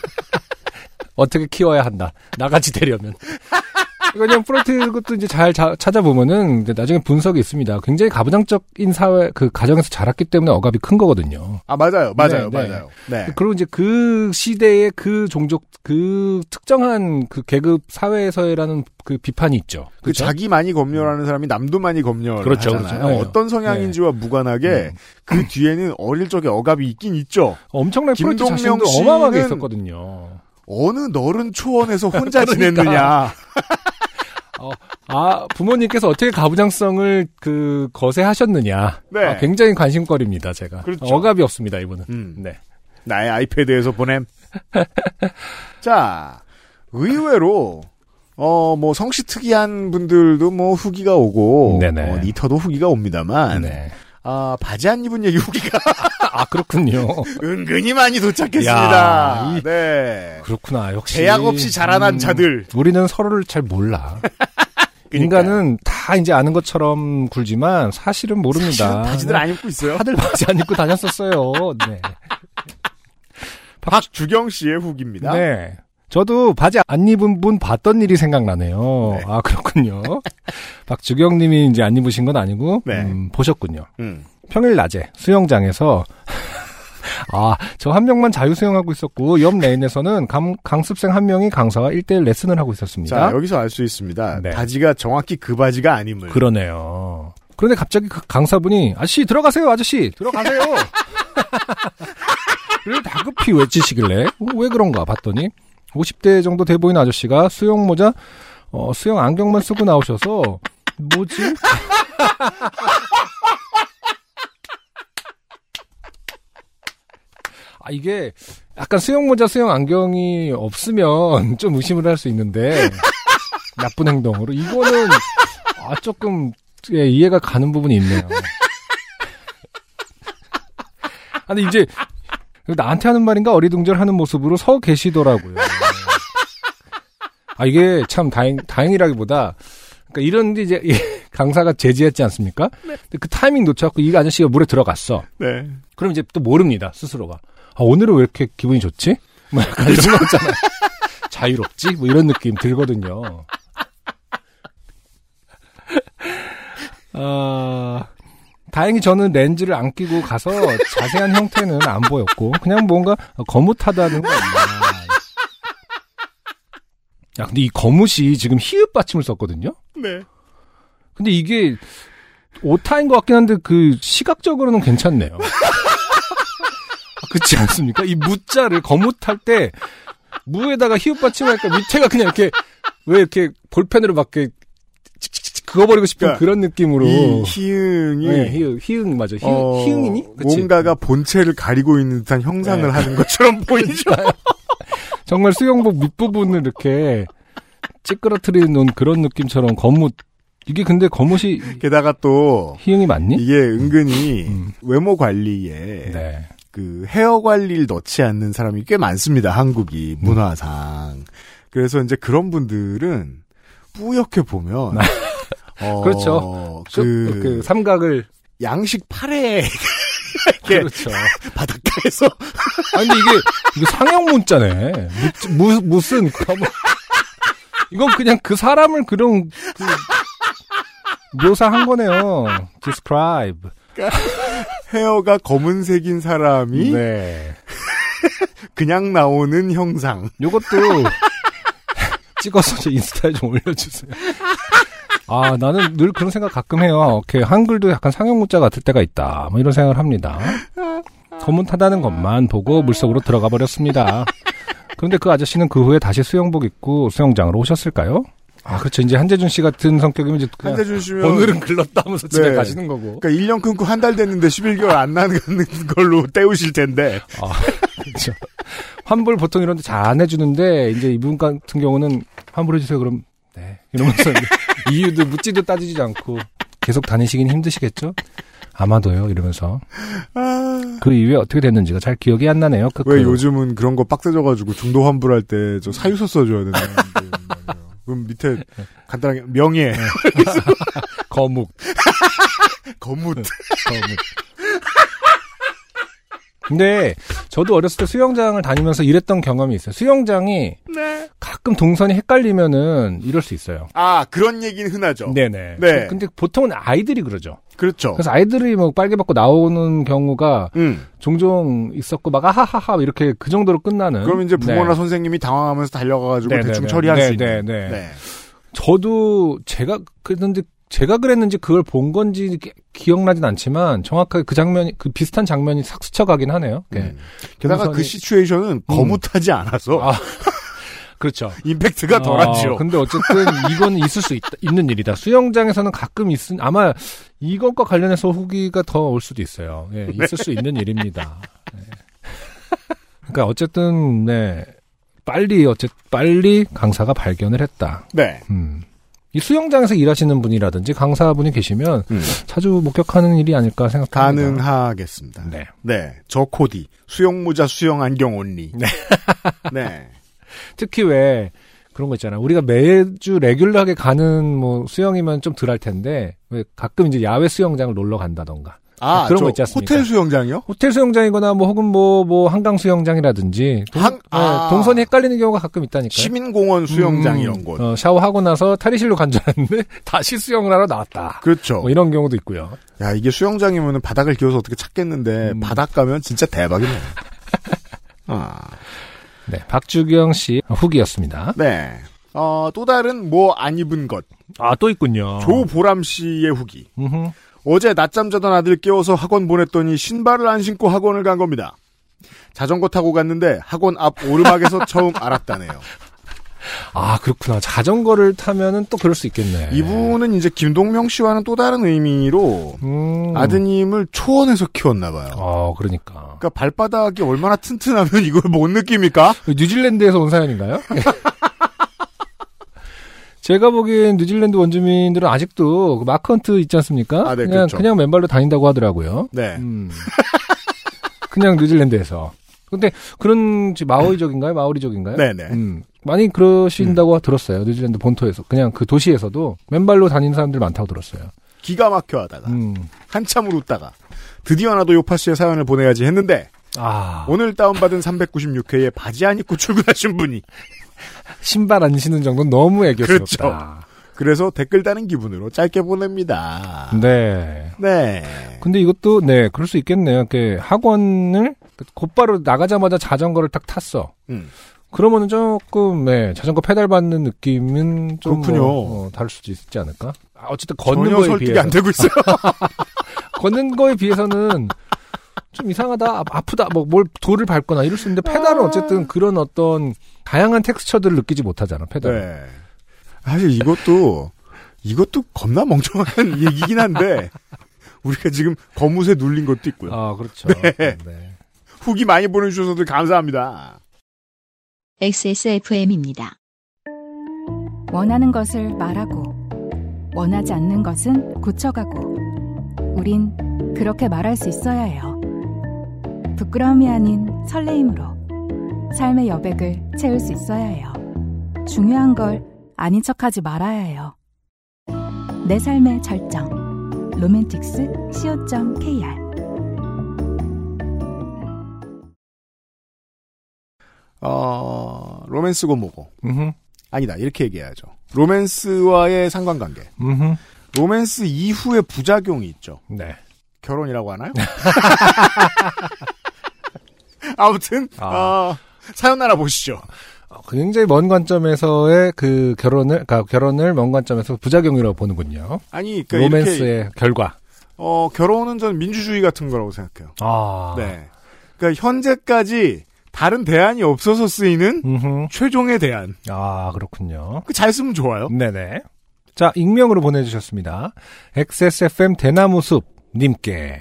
S2: 어떻게 키워야 한다 나같이 되려면 이거 그냥 프로이트 것도 이제 잘 자- 찾아보면은 이제 나중에 분석이 있습니다. 굉장히 가부장적인 사회 그 가정에서 자랐기 때문에 억압이 큰 거거든요.
S1: 아 맞아요 맞아요
S2: 네,
S1: 맞아요 네.
S2: 그리고 이제 그 시대의 그 종족 그 특정한 그 계급 사회에서라는 그 비판이 있죠.
S1: 그
S2: 그렇죠?
S1: 자기 많이 검열하는 사람이 남도 많이 검열을
S2: 그렇죠,
S1: 하잖아요.
S2: 그렇죠. 네.
S1: 어떤 성향인지와 무관하게
S2: 음.
S1: 그 뒤에는 어릴 적에 억압이 있긴 있죠.
S2: 엄청난 프로젝트
S1: 김동명
S2: 자신도
S1: 씨는-
S2: 어마어마하게 있었거든요.
S1: 어느 너른 초원에서 혼자
S2: 그러니까.
S1: 지냈느냐.
S2: 어, 아, 부모님께서 어떻게 가부장성을 그 거세하셨느냐.
S1: 네.
S2: 아, 굉장히 관심거리입니다, 제가.
S1: 그렇죠.
S2: 억압이 없습니다, 이분은.
S1: 음.
S2: 네.
S1: 나의 아이패드에서 보냄. 자, 의외로 어 뭐 성씨 특이한 분들도 뭐 후기가 오고
S2: 네네.
S1: 어, 니터도 후기가 옵니다만
S2: 네.
S1: 아 바지 안 입은 얘기 후기가
S2: 아, 그렇군요.
S1: 은근히 많이 도착했습니다.
S2: 야, 이-
S1: 네.
S2: 그렇구나, 역시. 음.
S1: 제약 없이 자라난 자들.
S2: 우리는 서로를 잘 몰라.
S1: 그러니까요.
S2: 인간은 다 이제 아는 것처럼 굴지만 사실은 모릅니다.
S1: 사실은 바지들 안 입고 있어요.
S2: 다들 바지 안 입고 다녔었어요. 네.
S1: 아, 박주경 씨의 후기입니다.
S2: 네. 저도 바지 안 입은 분 봤던 일이 생각나네요.
S1: 네.
S2: 아, 그렇군요. 박주경 님이 이제 안 입으신 건 아니고,
S1: 네.
S2: 음, 보셨군요.
S1: 음.
S2: 평일 낮에 수영장에서, 아, 저 한 명만 자유수영하고 있었고, 옆 레인에서는 강, 강습생 한 명이 강사와 1대1 레슨을 하고 있었습니다.
S1: 자 여기서 알 수 있습니다.
S2: 네.
S1: 바지가 정확히 그 바지가 아님을.
S2: 그러네요. 그런데 갑자기 그 강사분이, 아저씨, 들어가세요, 아저씨!
S1: 들어가세요.
S2: 를 다급히 외치시길래 어, 왜 그런가 봤더니 50대 정도 돼 보이는 아저씨가 수영 모자 어, 수영 안경만 쓰고 나오셔서 뭐지? 아 이게 약간 수영 모자 수영 안경이 없으면 좀 의심을 할 수 있는데 나쁜 행동으로 이거는 아 조금 예, 이해가 가는 부분이 있네요. 아니 이제 나한테 하는 말인가 어리둥절하는 모습으로 서 계시더라고요. 아 이게 참 다행 다행이라기보다 그러니까 이런 데 이제 이 강사가 제지했지 않습니까? 근데 그 타이밍 놓쳐갖고 이 아저씨가 물에 들어갔어.
S1: 네.
S2: 그럼 이제 또 모릅니다 스스로가. 아 오늘은 왜 이렇게 기분이 좋지? 뭐 약간 이런 거 있잖아요. 자유롭지? 뭐 이런 느낌 들거든요. 아, 다행히 저는 렌즈를 안 끼고 가서 자세한 형태는 안 보였고 그냥 뭔가 거뭇하다는 거 있나. 야, 근데 이 거뭇이 지금 히읗 받침을 썼거든요.
S1: 네.
S2: 근데 이게 오타인 것 같긴 한데 그 시각적으로는 괜찮네요. 그렇지 않습니까? 이 무자를 거뭇할 때 무에다가 히읗 받침하니까 밑에가 그냥 이렇게 왜 이렇게 볼펜으로 막 이렇게 칙칙칙칙 그어버리고 싶은
S1: 그러니까
S2: 그런 느낌으로
S1: 이 희응이
S2: 네, 히읗, 히읗 맞아. 히읗,
S1: 어,
S2: 히읗이니? 그치?
S1: 뭔가가 본체를 가리고 있는 듯한 형상을
S2: 네.
S1: 하는 것처럼 보이죠.
S2: 정말 수영복 밑부분을 이렇게 찌끄러트리는 놓은 그런 느낌처럼 거뭇 이게 근데 거뭇이
S1: 게다가 또
S2: 히읗이 맞니?
S1: 이게 은근히
S2: 음.
S1: 외모 관리에
S2: 네.
S1: 그 헤어 관리를 넣지 않는 사람이 꽤 많습니다. 한국이
S2: 음.
S1: 문화상. 그래서 이제 그런 분들은 뿌옇게 보면 어,
S2: 네. 그렇죠.
S1: 그,
S2: 그, 그 삼각을
S1: 양식 팔에 이렇게
S2: 그렇죠.
S1: 바닷가에서
S2: 아니 근데 이게 이게 상형 문자네. 무, 무, 무슨 거무- 이건 그냥 그 사람을 그런 그 묘사한 거네요. Describe.
S1: 헤어가 검은색인 사람이
S2: 네.
S1: 그냥 나오는 형상.
S2: 요것도 찍어서 제 인스타에 좀 올려주세요. 아 나는 늘 그런 생각 가끔 해요. 이렇게 한글도 약간 상형 문자 같을 때가 있다. 뭐 이런 생각을 합니다. 검은타다는 것만 보고 물속으로 들어가 버렸습니다. 그런데 그 아저씨는 그 후에 다시 수영복 입고 수영장으로 오셨을까요? 아 그렇죠. 이제 한재준 씨 같은 성격이면 이제 그냥
S1: 한재준 씨면
S2: 오늘은 글렀다 하면서 집에
S1: 네.
S2: 가시는 거고.
S1: 그러니까 1년 끊고 한 달 됐는데 11개월 안 나는 걸로 때우실 텐데.
S2: 아, 그렇죠. 환불 보통 이런데 잘 안 해주는데 이제 이분 같은 경우는 환불해 주세요. 그럼 네 이러면서 이제 이유도 묻지도 따지지도 않고 계속 다니시긴 힘드시겠죠. 아마도요 이러면서
S1: 아,
S2: 그 이후에 어떻게 됐는지가 잘 기억이 안 나네요. 그, 그-
S1: 왜 요즘은 그런 거 빡세져가지고 중도 환불할 때 저 사유서 써줘야 되나? 그럼 밑에 간단하게 명예,
S2: 거묵
S1: 거뭇.
S2: 거묵. 근데 저도 어렸을 때 수영장을 다니면서 일했던 경험이 있어요. 수영장이 가끔 동선이 헷갈리면은 이럴 수 있어요.
S1: 아 그런 얘기는 흔하죠.
S2: 네네.
S1: 네.
S2: 근데 보통은 아이들이 그러죠.
S1: 그렇죠.
S2: 그래서 아이들이 뭐 빨개 벗고 나오는 경우가
S1: 음.
S2: 종종 있었고 막 아하하하 이렇게 그 정도로 끝나는.
S1: 그럼 이제 부모나
S2: 네.
S1: 선생님이 당황하면서 달려가가지고
S2: 네,
S1: 대충
S2: 네, 네.
S1: 처리할
S2: 네,
S1: 수 있는.
S2: 네, 네. 저도 제가 그랬는데 제가 그랬는지 그걸 본 건지 기- 기억나진 않지만 정확하게 그 장면이 그 비슷한 장면이 싹 스쳐가긴 하네요. 네.
S1: 음. 게다가 그
S2: 동선이-
S1: 시츄에이션은 거뭇하지 않아서 아,
S2: 아. 그렇죠.
S1: 임팩트가 덜하죠.
S2: 어, 근데 어쨌든 이건 있을 수 있, 있는 일이다. 수영장에서는 가끔 있은 아마 이것과 관련해서 후기가 더 올 수도 있어요. 예,
S1: 네.
S2: 있을 수 있는 일입니다. 예. 그러니까 어쨌든 네 빨리 어째 빨리 강사가 발견을 했다.
S1: 네.
S2: 음. 이 수영장에서 일하시는 분이라든지 강사분이 계시면
S1: 음.
S2: 자주 목격하는 일이 아닐까 생각합니다.
S1: 가능하겠습니다.
S2: 네.
S1: 네, 저 코디 수영 모자 수영 안경 온리. 네.
S2: 특히 왜 그런 거 있잖아. 우리가 매주 레귤러하게 가는 뭐 수영이면 좀 덜할 텐데 왜 가끔 이제 야외 수영장을 놀러 간다던가.
S1: 아,
S2: 그런
S1: 저
S2: 거 있지 않습니까?
S1: 호텔 수영장이요?
S2: 호텔 수영장이거나 뭐 혹은 뭐 뭐 한강 수영장이라든지 동,
S1: 한- 아.
S2: 예, 동선이 헷갈리는 경우가 가끔 있다니까요.
S1: 시민공원 수영장 이런
S2: 음,
S1: 곳.
S2: 어, 샤워하고 나서 탈의실로 간 줄 알았는데 다시 수영을 하러 나왔다.
S1: 그렇죠.
S2: 뭐 이런 경우도 있고요.
S1: 야, 이게 수영장이면 바닥을 기어서 어떻게 찾겠는데,
S2: 음.
S1: 바닥 가면 진짜 대박이네. 아,
S2: 네, 박주경 씨 후기였습니다.
S1: 네. 어, 또 다른 뭐 안 입은 것.
S2: 아 또 있군요.
S1: 조보람 씨의 후기.
S2: 음흠.
S1: 어제 낮잠 자던 아들 깨워서 학원 보냈더니 신발을 안 신고 학원을 간 겁니다. 자전거 타고 갔는데 학원 앞 오르막에서 처음 알았다네요.
S2: 아 그렇구나. 자전거를 타면은 또 그럴 수 있겠네.
S1: 이분은 이제 김동명 씨와는 또 다른 의미로
S2: 음.
S1: 아드님을 초원에서 키웠나 봐요.
S2: 어 그러니까.
S1: 그러니까 발바닥이 얼마나 튼튼하면 이걸 못 느낍니까?
S2: 그 뉴질랜드에서 온 사연인가요? 제가 보기엔 뉴질랜드 원주민들은 아직도 그 마크헌트 있지 않습니까?
S1: 아, 네,
S2: 그냥,
S1: 그렇죠.
S2: 그냥 맨발로 다닌다고 하더라고요.
S1: 네.
S2: 음. 그냥 뉴질랜드에서. 근데 그런 지- 마오이족인가요? 마오리족인가요?
S1: 네네. 음.
S2: 음. 많이 그러신다고 들었어요. 뉴질랜드 본토에서. 그냥 그 도시에서도 맨발로 다니는 사람들 많다고 들었어요.
S1: 기가 막혀 하다가
S2: 음.
S1: 한참을 웃다가 드디어 나도 요파 씨의 사연을 보내야지 했는데
S2: 아.
S1: 오늘 다운받은 396회에 바지 안 입고 출근하신 분이
S2: 아, 신발 안 신는 정도는 너무
S1: 그렇죠.
S2: 애교스럽다.
S1: 그래서 댓글 다는 기분으로 짧게 보냅니다.
S2: 네.
S1: 네.
S2: 근데 이것도 네 그럴 수 있겠네요. 이렇게 학원을 곧바로 나가자마자 자전거를 딱 탔어.
S1: 음.
S2: 그러면은 조금 네 자전거 페달 밟는 느낌은 좀
S1: 그렇군요.
S2: 뭐, 어, 다를 수도 있지 않을까? 아, 어쨌든 걷는
S1: 전혀
S2: 거에
S1: 설득이
S2: 비해서
S1: 안 되고 있어요.
S2: 걷는 거에 비해서는 좀 이상하다 아, 아프다 뭐 뭘 돌을 밟거나 이럴 수 있는데
S1: 아.
S2: 페달은 어쨌든 그런 어떤 다양한 텍스처들을 느끼지 못하잖아 페달. 은
S1: 네. 사실 이것도 이것도 겁나 멍청한 얘기긴 한데 우리가 지금 거무새 눌린 것도 있고요.
S2: 아 그렇죠.
S1: 네.
S2: 네.
S1: 후기 많이 보내주셔서 감사합니다.
S4: XSFM입니다.
S7: 원하는 것을 말하고 원하지 않는 것은 고쳐가고 우린 그렇게 말할 수 있어야 해요. 부끄러움이 아닌 설레임으로 삶의 여백을 채울 수 있어야 해요. 중요한 걸 아닌 척하지 말아야 해요. 내 삶의 절정 로맨틱스 co.kr
S1: 어, 로맨스고 뭐고.
S2: 음흠,
S1: 아니다, 이렇게 얘기해야죠. 로맨스와의 상관관계.
S2: 음흠.
S1: 로맨스 이후의 부작용이 있죠.
S2: 네.
S1: 결혼이라고 하나요? 아무튼,
S2: 아.
S1: 어, 사연 알아보시죠.
S2: 어, 굉장히 먼 관점에서의 그 결혼을, 그러니까 결혼을 먼 관점에서 부작용이라고 보는군요.
S1: 아니, 그러니까 이렇게,
S2: 로맨스의 결과.
S1: 어, 결혼은 전 민주주의 같은 거라고 생각해요.
S2: 아.
S1: 네. 그러니까 현재까지 다른 대안이 없어서 쓰이는
S2: 음흠.
S1: 최종의 대안.
S2: 아, 그렇군요.
S1: 그 잘 쓰면 좋아요.
S2: 네네. 자, 익명으로 보내주셨습니다. XSFM 대나무숲님께.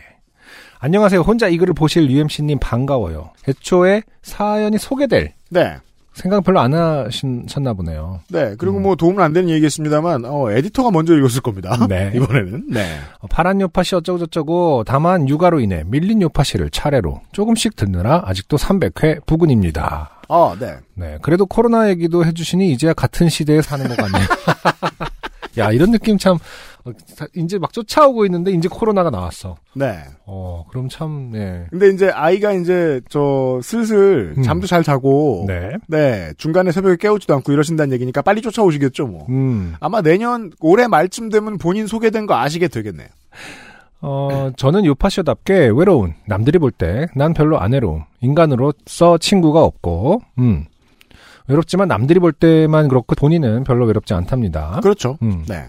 S2: 안녕하세요. 혼자 이 글을 보실 UMC님 반가워요. 애초에 사연이 소개될
S1: 네.
S2: 생각 별로 안 하셨나 보네요.
S1: 네. 그리고 뭐 도움은 안 되는 얘기겠습니다만, 어, 에디터가 먼저 읽었을 겁니다.
S2: 네.
S1: 이번에는. 네.
S2: 어, 파란 요파시 어쩌고저쩌고 다만 육아로 인해 밀린 요파시를 차례로 조금씩 듣느라 아직도 300회 부근입니다.
S1: 어, 네.
S2: 네, 그래도 코로나 얘기도 해주시니 이제야 같은 시대에 사는 것 같네요. 야, 이런 느낌 참, 어, 다- 이제 막 쫓아오고 있는데 이제 코로나가 나왔어.
S1: 네.
S2: 어, 그럼 참, 네.
S1: 근데 이제 아이가 이제 저 슬슬
S2: 음.
S1: 잠도 잘 자고 네.
S2: 네.
S1: 중간에 새벽에 깨우지도 않고 이러신다는 얘기니까 빨리 쫓아오시겠죠 뭐
S2: 음,
S1: 아마 내년 올해 말쯤 되면 본인 소개된 거 아시게 되겠네요
S2: 어, 저는 요파쇼답게 외로운, 남들이 볼 때 난 별로 안 외로움, 인간으로서 친구가 없고, 음, 외롭지만 남들이 볼 때만 그렇고 본인은 별로 외롭지 않답니다.
S1: 그렇죠
S2: 음.
S1: 네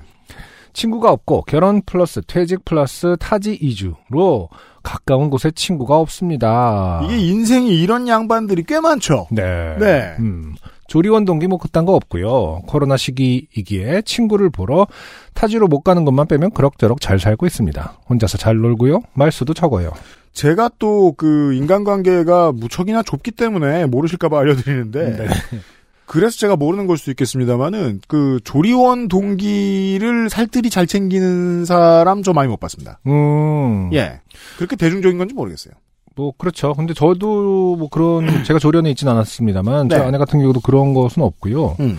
S2: 친구가 없고 결혼 플러스 퇴직 플러스 타지 이주로 가까운 곳에 친구가 없습니다.
S1: 이게 인생이 이런 양반들이 꽤 많죠
S2: 네.
S1: 아. 네.
S2: 음, 조리원 동기 뭐 그딴 거 없고요. 코로나 시기이기에 친구를 보러 타지로 못 가는 것만 빼면 그럭저럭 잘 살고 있습니다. 혼자서 잘 놀고요. 말수도 적어요.
S1: 제가 또 그 인간관계가 무척이나 좁기 때문에 모르실까봐 알려드리는데
S2: 네.
S1: 그래서 제가 모르는 걸 수도 있겠습니다만은 그 조리원 동기를 살뜰히 잘 챙기는 사람 저 많이 못 봤습니다.
S2: 음.
S1: 예, 그렇게 대중적인 건지 모르겠어요.
S2: 뭐 그렇죠. 근데 저도 뭐 그런 제가 조련에 있진 않았습니다만 제
S1: 네.
S2: 아내 같은 경우도 그런 것은 없고요.
S1: 음.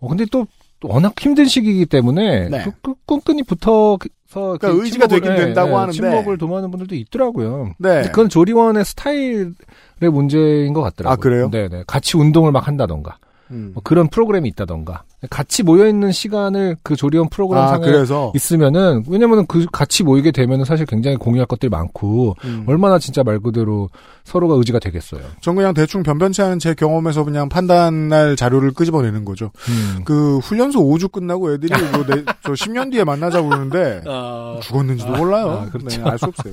S2: 어, 근데 또, 또 워낙 힘든 시기이기 때문에
S1: 네.
S2: 그, 그 끈끈이 붙어서 그
S1: 그러니까 의지가
S2: 친목을- 예,
S1: 되긴 된다고 하는데.
S2: 친목을 도모하는 분들도 있더라고요.
S1: 네,
S2: 근데 그건 조리원의 스타일의 문제인 것 같더라고요.
S1: 아, 그래요?
S2: 네네. 같이 운동을 막 한다던가
S1: 음.
S2: 뭐 그런 프로그램이 있다던가 같이 모여 있는 시간을 그 조리원
S1: 아
S2: 프로그램상에
S1: 그래서
S2: 있으면은 왜냐면은 그 같이 모이게 되면은 사실 굉장히 공유할 것들이 많고
S1: 음.
S2: 얼마나 진짜 말 그대로 서로가 의지가 되겠어요.
S1: 전 그냥 대충 변변치 않은 제 경험에서 그냥 판단할 자료를 끄집어내는 거죠.
S2: 음.
S1: 그 훈련소 5주 끝나고 애들이 뭐 내- 저 10년 뒤에 만나자고 그러는데 죽었는지도 몰라요. 네,
S2: 아, 그렇죠.
S1: 알 수 없어요.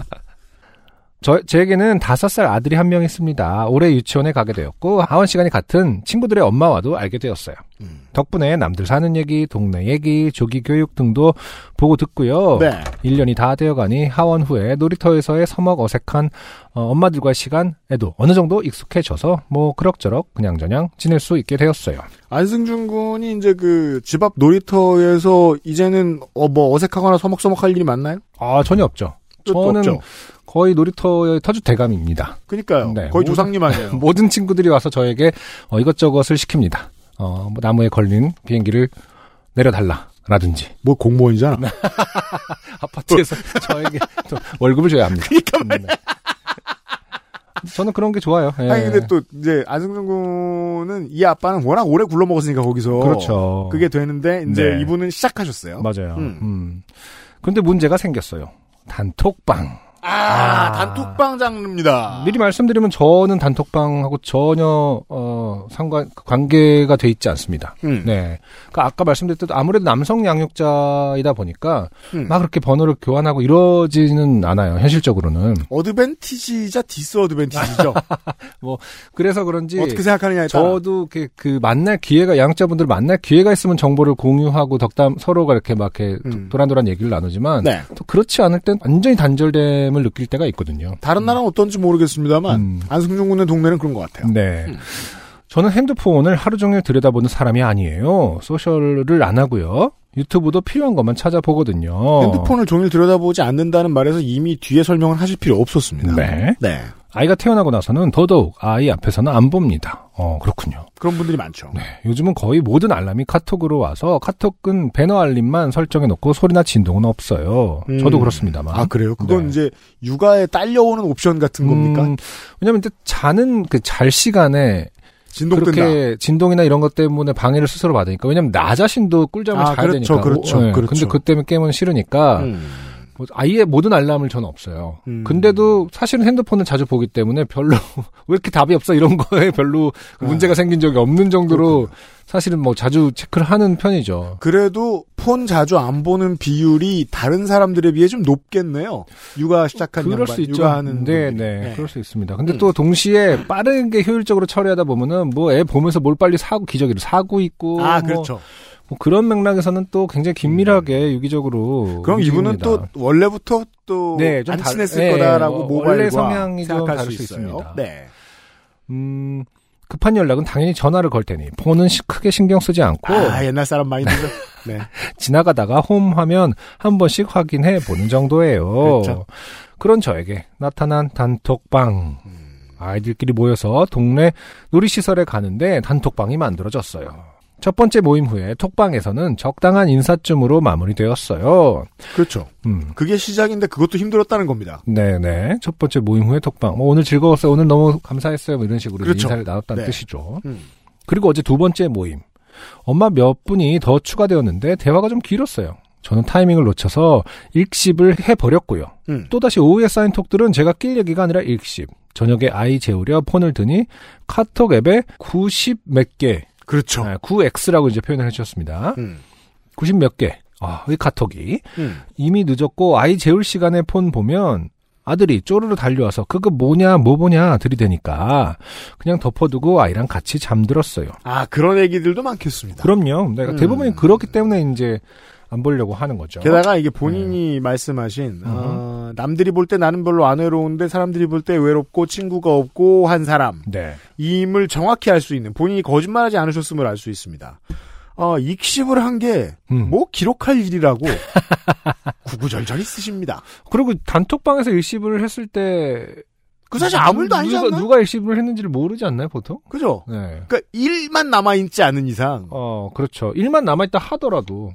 S2: 저, 제게는 다섯 살 아들이 한 명 있습니다. 올해 유치원에 가게 되었고, 하원 시간이 같은 친구들의 엄마와도 알게 되었어요.
S1: 음.
S2: 덕분에 남들 사는 얘기, 동네 얘기, 조기 교육 등도 보고 듣고요.
S1: 네.
S2: 1년이 다 되어가니 하원 후에 놀이터에서의 서먹 어색한 어, 엄마들과의 시간에도 어느 정도 익숙해져서 뭐 그럭저럭 그냥저냥 지낼 수 있게 되었어요.
S1: 안승준 군이 이제 그 집 앞 놀이터에서 이제는 어 뭐 어색하거나 서먹서먹할 일이 많나요?
S2: 아, 전혀 없죠.
S1: 뜻도
S2: 저는
S1: 없죠.
S2: 거의 놀이터의 터줏 대감입니다.
S1: 그니까요.
S2: 네,
S1: 거의
S2: 모든-
S1: 조상님 아니에요.
S2: 모든 친구들이 와서 저에게 어, 이것저것을 시킵니다. 어, 뭐 나무에 걸린 비행기를 내려달라. 라든지
S1: 뭐 공무원이잖아.
S2: 아파트에서 저에게 또 월급을 줘야 합니다. 그러니까 저는 그런 게 좋아요. 예.
S1: 아니 근데 또 이제 안승준 군은 이 아빠는 워낙 오래 굴러 먹었으니까 거기서
S2: 그렇죠.
S1: 그게 되는데 이제
S2: 네.
S1: 이분은 시작하셨어요.
S2: 맞아요.
S1: 음.
S2: 음. 근데 문제가 생겼어요. 단톡방.
S1: 아, 단톡방 장르입니다.
S2: 미리 말씀드리면 저는 단톡방하고 전혀 어, 상관 관계가 돼 있지 않습니다.
S1: 음.
S2: 네. 그러니까 아까 말씀드렸듯 아무래도 남성 양육자이다 보니까
S1: 음.
S2: 막 그렇게 번호를 교환하고 이러지는 않아요. 현실적으로는.
S1: 어드밴티지자 디스어드밴티지죠.
S2: 그래서 그런지
S1: 어떻게 생각하느냐에 따라.
S2: 아, 예. 저도 이렇게 그 만날 기회가 양육자분들 만날 기회가 있으면 정보를 공유하고 덕담 서로가 이렇게 막 이렇게
S1: 음.
S2: 도란도란 얘기를 나누지만
S1: 네.
S2: 또 그렇지 않을 땐 완전히 단절됨을 느낄 때가 있거든요.
S1: 다른 나라는 어떤지 모르겠습니다만
S2: 음.
S1: 안승준 군의 동네는 음. 그런 것 같아요.
S2: 네. 저는 핸드폰을 하루 종일 들여다보는 사람이 아니에요. 소셜을 안 하고요. 유튜브도 필요한 것만 찾아보거든요.
S1: 핸드폰을 종일 들여다보지 않는다는 말에서 이미 뒤에 설명을 하실 필요 없었습니다.
S2: 네.
S1: 네.
S2: 아이가 태어나고 나서는 더더욱 아이 앞에서는 안 봅니다. 어, 그렇군요.
S1: 그런 분들이 많죠.
S2: 네, 요즘은 거의 모든 알람이 카톡으로 와서 카톡은 배너 알림만 설정해 놓고 소리나 진동은 없어요.
S1: 음.
S2: 저도 그렇습니다만.
S1: 아 그래요? 그건
S2: 네.
S1: 이제 육아에 딸려오는 옵션 같은 겁니까?
S2: 음, 왜냐면 이제 자는 그 잘 시간에
S1: 진동뜬다.
S2: 그렇게 진동이나 이런 것 때문에 방해를 스스로 받으니까 왜냐면 나 자신도 꿀잠을
S1: 아,
S2: 자야
S1: 그렇죠,
S2: 되니까.
S1: 그렇죠,
S2: 오, 네.
S1: 그렇죠.
S2: 근데 그 때문에 깨면 싫으니까
S1: 음.
S2: 뭐 아예 모든 알람을 저는 없어요.
S1: 음.
S2: 근데도 사실은 핸드폰을 자주 보기 때문에 별로 왜 이렇게 답이 없어 이런 거에 별로
S1: 아.
S2: 문제가 생긴 적이 없는 정도로 사실은 뭐 자주 체크를 하는 편이죠.
S1: 그래도 폰 자주 안 보는 비율이 다른 사람들에 비해 좀 높겠네요. 육아 시작한
S2: 그럴
S1: 양반,
S2: 수 있죠.
S1: 육아하는
S2: 네,
S1: 분들이.
S2: 네,
S1: 네.
S2: 그럴 수 있습니다. 근데
S1: 음.
S2: 또 동시에 빠르게 효율적으로 처리하다 보면은 뭐 애 보면서 뭘 빨리 사고 기저귀를 사고 있고
S1: 아
S2: 뭐
S1: 그렇죠. 음.
S2: 뭐 그런 맥락에서는 또 굉장히 긴밀하게 유기적으로
S1: 그럼 이분은
S2: 움직입니다.
S1: 또 원래부터 또
S2: 뭐 네,
S1: 안
S2: 좀 다-
S1: 친했을
S2: 네,
S1: 거다라고
S2: 어,
S1: 모바일과
S2: 원래 성향이 좀
S1: 생각할
S2: 다를
S1: 수
S2: 수
S1: 있어요.
S2: 있습니다.
S1: 네.
S2: 음, 급한 연락은 당연히 전화를 걸 테니 폰은 시- 크게 신경 쓰지 않고
S1: 아 옛날 사람 마인드죠. 네.
S2: 지나가다가 홈 화면 한 번씩 확인해 보는 정도예요.
S1: 그렇죠.
S2: 런 저에게 나타난 단톡방. 아이들끼리 모여서 동네 놀이시설에 가는데 단톡방이 만들어졌어요. 첫 번째 모임 후에 톡방에서는 적당한 인사쯤으로 마무리되었어요.
S1: 그렇죠.
S2: 음,
S1: 그게 시작인데 그것도 힘들었다는 겁니다.
S2: 네네. 첫 번째 모임 후에 톡방. 뭐 오늘 즐거웠어요. 오늘 너무 감사했어요. 뭐 이런 식으로 이제
S1: 그렇죠.
S2: 인사를 나눴다는
S1: 네.
S2: 뜻이죠.
S1: 음.
S2: 그리고 어제 두 번째 모임. 엄마 몇 분이 더 추가되었는데 대화가 좀 길었어요. 저는 타이밍을 놓쳐서 읽씹을 해버렸고요.
S1: 음.
S2: 또다시 오후에 쌓인 톡들은 제가 낄 얘기가 아니라 읽씹. 저녁에 아이 재우려 폰을 드니 카톡 앱에 90 몇 개,
S1: 그렇죠.
S2: 아, 9X라고 이제 표현을 해주셨습니다.
S1: 음.
S2: 90 몇 개. 아, 이 카톡이.
S1: 음.
S2: 이미 늦었고 아이 재울 시간에 폰 보면 아들이 쪼르르 달려와서 그거 뭐냐 뭐 보냐 들이대니까 그냥 덮어두고 아이랑 같이 잠들었어요.
S1: 아, 그런 얘기들도 많겠습니다.
S2: 그럼요. 내가
S1: 음.
S2: 대부분이 그렇기 때문에 이제 안 보려고 하는 거죠.
S1: 게다가 이게
S2: 네.
S1: 본인이 말씀하신 어, 남들이 볼 때 나는 별로 안 외로운데 사람들이 볼 때 외롭고 친구가 없고 한 사람
S2: 네.
S1: 임을 정확히 알 수 있는 본인이 거짓말하지 않으셨음을 알 수 있습니다. 어, 익십을 한 게 뭐
S2: 음.
S1: 기록할 일이라고 구구절절히 쓰십니다.
S2: 그리고 단톡방에서 일시불을 했을 때.
S1: 그 사실 아무 일도 아니지
S2: 누가,
S1: 않나요?
S2: 누가 일시불을 했는지를 모르지 않나요, 보통?
S1: 그죠?
S2: 네.
S1: 그러니까 일만 남아 있지 않은 이상
S2: 어, 그렇죠. 일만 남아있다 하더라도.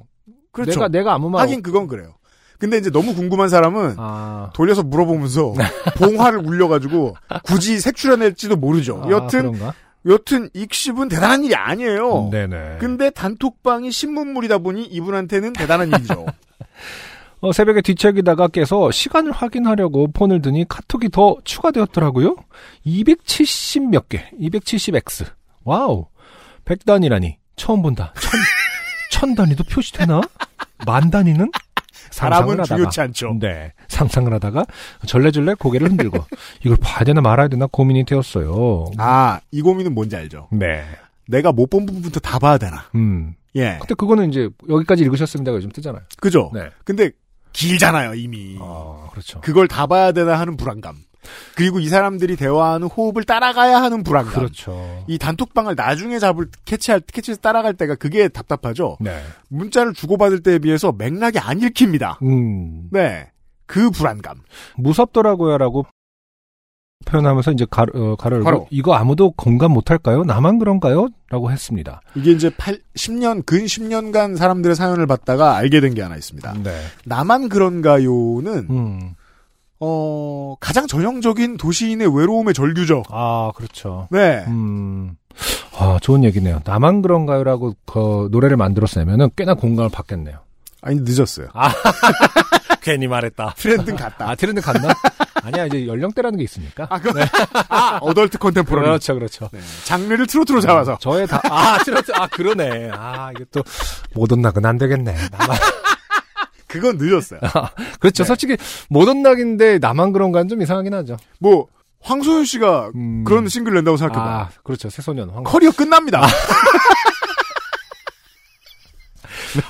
S1: 그렇죠.
S2: 내가, 내가 아무 말.
S1: 하긴 그건 그래요. 근데 이제 너무 궁금한 사람은
S2: 아.
S1: 돌려서 물어보면서 봉화를 울려가지고 굳이 색출해낼지도 모르죠.
S2: 아,
S1: 그렇죠. 여튼
S2: 그런가?
S1: 여튼 익십은 대단한 일이 아니에요.
S2: 네네.
S1: 근데 단톡방이 신문물이다 보니 이분한테는 대단한 일이죠.
S2: 어, 새벽에 뒤척이다가 깨서 시간을 확인하려고 폰을 드니 카톡이 더 추가되었더라고요. 270 몇 개, 270x. 와우. 100단이라니. 처음 본다. 천, 천 단위도 표시되나? 만 단위는? 상상을
S1: 사람은
S2: 하다가.
S1: 중요치 않죠.
S2: 네. 상상을 하다가 절레절레 고개를 흔들고 이걸 봐야 되나 말아야 되나 고민이 되었어요.
S1: 아, 이 고민은 뭔지 알죠.
S2: 네.
S1: 내가 못 본 부분부터 다 봐야 되나.
S2: 음.
S1: 예.
S2: 근데 그거는 이제 여기까지 읽으셨습니다가 요즘 뜨잖아요.
S1: 그죠?
S2: 네.
S1: 근데 길잖아요, 이미.
S2: 어, 그렇죠.
S1: 그걸 다 봐야 되나 하는 불안감. 그리고 이 사람들이 대화하는 호흡을 따라가야 하는 불안감.
S2: 그렇죠.
S1: 이 단톡방을 나중에 잡을 캐치할 캐치해서 따라갈 때가 그게 답답하죠.
S2: 네.
S1: 문자를 주고받을 때에 비해서 맥락이 안 읽힙니다.
S2: 음.
S1: 네. 그 불안감.
S2: 무섭더라고요라고 표현하면서 이제 가로, 어, 가로를
S1: 가로.
S2: 이거 아무도 공감 못할까요? 나만 그런가요?라고 했습니다.
S1: 이게 이제 8, 10년, 근 10년간 사람들의 사연을 봤다가 알게 된 게 하나 있습니다.
S2: 네.
S1: 나만 그런가요는,
S2: 음.
S1: 어, 가장 전형적인 도시인의 외로움의 절규죠.
S2: 아 그렇죠.
S1: 네.
S2: 음. 아 좋은 얘기네요. 나만 그런가요라고 그 노래를 만들었으면은 꽤나 공감을 받겠네요.
S1: 아니, 늦었어요.
S2: 괜히 말했다.
S1: 트렌드는 갔다.
S2: 아 트렌드 갔나? 아니야 이제 연령대라는 게 있으니까.
S1: 아, 그, 아, 어덜트 컨템포러리.
S2: 그렇죠 그렇죠.
S1: 네. 장르를 트로트로 잡아서.
S2: 저의 다, 아, 트로트, 아, 그러네. 아, 이게 또, 못 온락은 안 되겠네. 나만.
S1: 그건 늦었어요. 네.
S2: 그렇죠. 솔직히, 못 온락인데, 나만 그런가는 좀 이상하긴 하죠.
S1: 뭐, 황소윤 씨가
S2: 음.
S1: 그런 싱글 낸다고 생각해봐.
S2: 아, 그렇죠. 새소년 황.
S1: 커리어 끝납니다.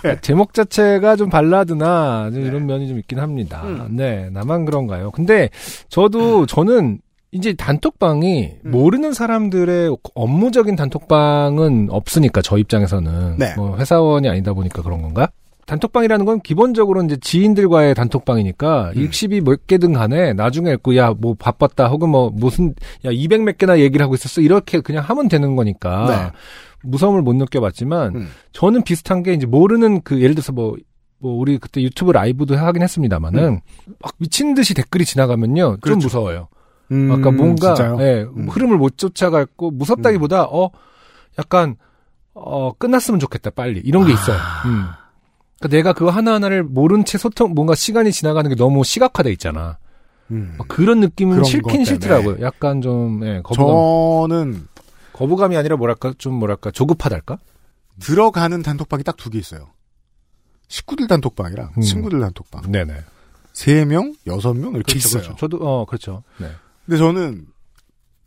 S1: 네.
S2: 제목 자체가 좀 발라드나 좀 이런 면이 좀 있긴 합니다.
S1: 음.
S2: 네, 나만 그런가요? 근데 저도 저는 이제 단톡방이
S1: 음.
S2: 모르는 사람들의 업무적인 단톡방은 없으니까 저 입장에서는
S1: 네.
S2: 뭐 회사원이 아니다 보니까 그런 건가? 단톡방이라는 건 기본적으로 이제 지인들과의 단톡방이니까
S1: 음.
S2: 읽씹이 몇 개든 간에 나중에 읽고 야 뭐 바빴다 혹은 뭐 무슨 야 200몇 개나 얘기를 하고 있었어 이렇게 그냥 하면 되는 거니까
S1: 네.
S2: 무서움을 못 느껴봤지만
S1: 음.
S2: 저는 비슷한 게 이제 모르는 그 예를 들어서 뭐, 뭐 우리 그때 유튜브 라이브도 하긴 했습니다만은 막 미친 듯이 댓글이 지나가면요 좀
S1: 음. 그렇죠.
S2: 무서워요.
S1: 음,
S2: 아까 뭔가
S1: 진짜요?
S2: 예,
S1: 음.
S2: 흐름을 못 쫓아갔고 무섭다기보다 어 약간 어 끝났으면 좋겠다 빨리 이런
S1: 아.
S2: 게 있어요. 음. 그러니까 내가 그거 하나하나를 모른 채 소통 뭔가 시간이 지나가는 게 너무 시각화돼 있잖아.
S1: 음.
S2: 막 그런 느낌은
S1: 그런 것 때문에.
S2: 싫긴 싫더라고요. 약간 좀 예, 거부감
S1: 저는
S2: 거부감이 아니라 뭐랄까 좀 뭐랄까 조급하달까?
S1: 들어가는 단톡방이 딱 두 개 있어요. 식구들 단톡방이랑
S2: 음.
S1: 친구들 단톡방.
S2: 네네.
S1: 세명 여섯 명 이렇게
S2: 그렇죠,
S1: 있어요.
S2: 그렇죠. 저도 어 그렇죠. 네.
S1: 근데 저는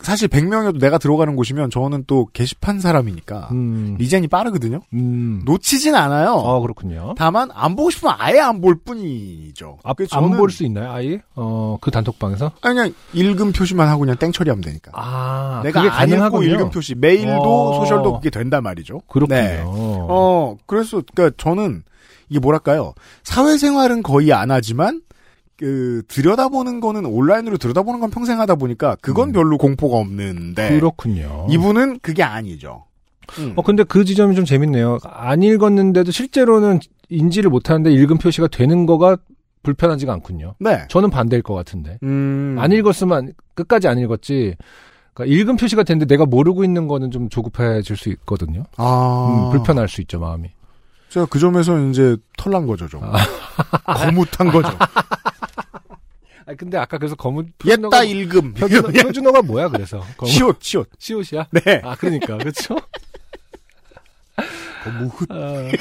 S1: 사실 100명이어도 내가 들어가는 곳이면 저는 또 게시판 사람이니까
S2: 음.
S1: 리젠이 빠르거든요.
S2: 음.
S1: 놓치진 않아요.
S2: 아 그렇군요.
S1: 다만 안 보고 싶으면 아예 안 볼 뿐이죠. 그래서
S2: 아, 안
S1: 저는
S2: 볼 수 있나요, 아예? 어, 그 단톡방에서?
S1: 아니, 그냥 읽음 표시만 하고 그냥 땡 처리하면 되니까.
S2: 아,
S1: 내가
S2: 그게
S1: 안 읽고
S2: 가능하군요.
S1: 읽음 표시 메일도
S2: 어.
S1: 소셜도 그게 된단 말이죠.
S2: 그렇군요.
S1: 네. 어, 그래서, 그니까 저는, 이게 뭐랄까요. 사회생활은 거의 안 하지만, 그, 들여다보는 거는, 온라인으로 들여다보는 건 평생 하다 보니까, 그건
S2: 음.
S1: 별로 공포가 없는데,
S2: 그렇군요.
S1: 네. 이분은 그게 아니죠. 음.
S2: 어, 근데 그 지점이 좀 재밌네요. 안 읽었는데도 실제로는 인지를 못하는데 읽음 표시가 되는 거가 불편하지가 않군요.
S1: 네.
S2: 저는 반대일 것 같은데.
S1: 음.
S2: 안 읽었으면 끝까지 안 읽었지. 그러니까 읽음 표시가 됐는데 내가 모르고 있는 거는 좀 조급해질 수 있거든요.
S1: 아.
S2: 음, 불편할 수 있죠, 마음이.
S1: 제가 그 점에서 이제 털난 거죠, 좀. 거뭇한 거죠.
S2: 아, 근데 아까 그래서 검은
S1: 옛다 읽음.
S2: 표준어, 표준어가 뭐 뭐야, 그래서? 검은-
S1: 시옷, 시옷.
S2: 시옷이야?
S1: 네.
S2: 아, 그러니까, 그렇죠
S1: 거뭇.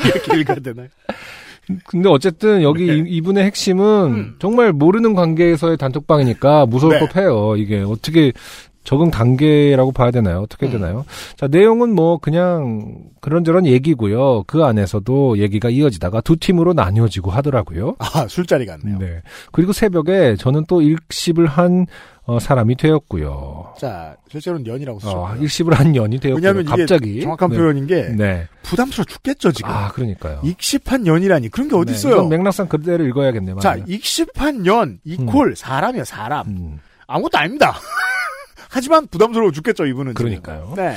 S1: 이렇게 읽어야 되나요?
S2: 아. 근데 어쨌든 여기
S1: 네. 음.
S2: 이- 이분의 핵심은 정말 모르는 관계에서의 단톡방이니까 무서울
S1: 네.
S2: 법해요. 이게 어떻게 적응 단계라고 봐야 되나요? 어떻게
S1: 음.
S2: 되나요? 자 내용은 뭐 그냥 그런저런 얘기고요. 그 안에서도 얘기가 이어지다가 두 팀으로 나뉘어지고 하더라고요.
S1: 아, 술자리 같네요.
S2: 네. 그리고 새벽에 저는 또 일십을 한 어, 사람이 되었고요.
S1: 자, 실제로는 연이라고 쓰죠.
S2: 어, 일십을 한 년이 되었고요.
S1: 왜냐하면 이게
S2: 갑자기
S1: 정확한
S2: 네.
S1: 표현인 게
S2: 네.
S1: 부담스러워 죽겠죠 지금.
S2: 아 그러니까요.
S1: 익십한 연이라니 그런 게 어디
S2: 네,
S1: 있어요?
S2: 이건 맥락상 그대로 읽어야겠네요. 음.
S1: 자,
S2: 맞네요.
S1: 익십한 연 이콜 사람이야 사람.
S2: 음,
S1: 아무것도 아닙니다. 하지만 부담스러워 죽겠죠 이분은. 지금.
S2: 그러니까요.
S1: 네.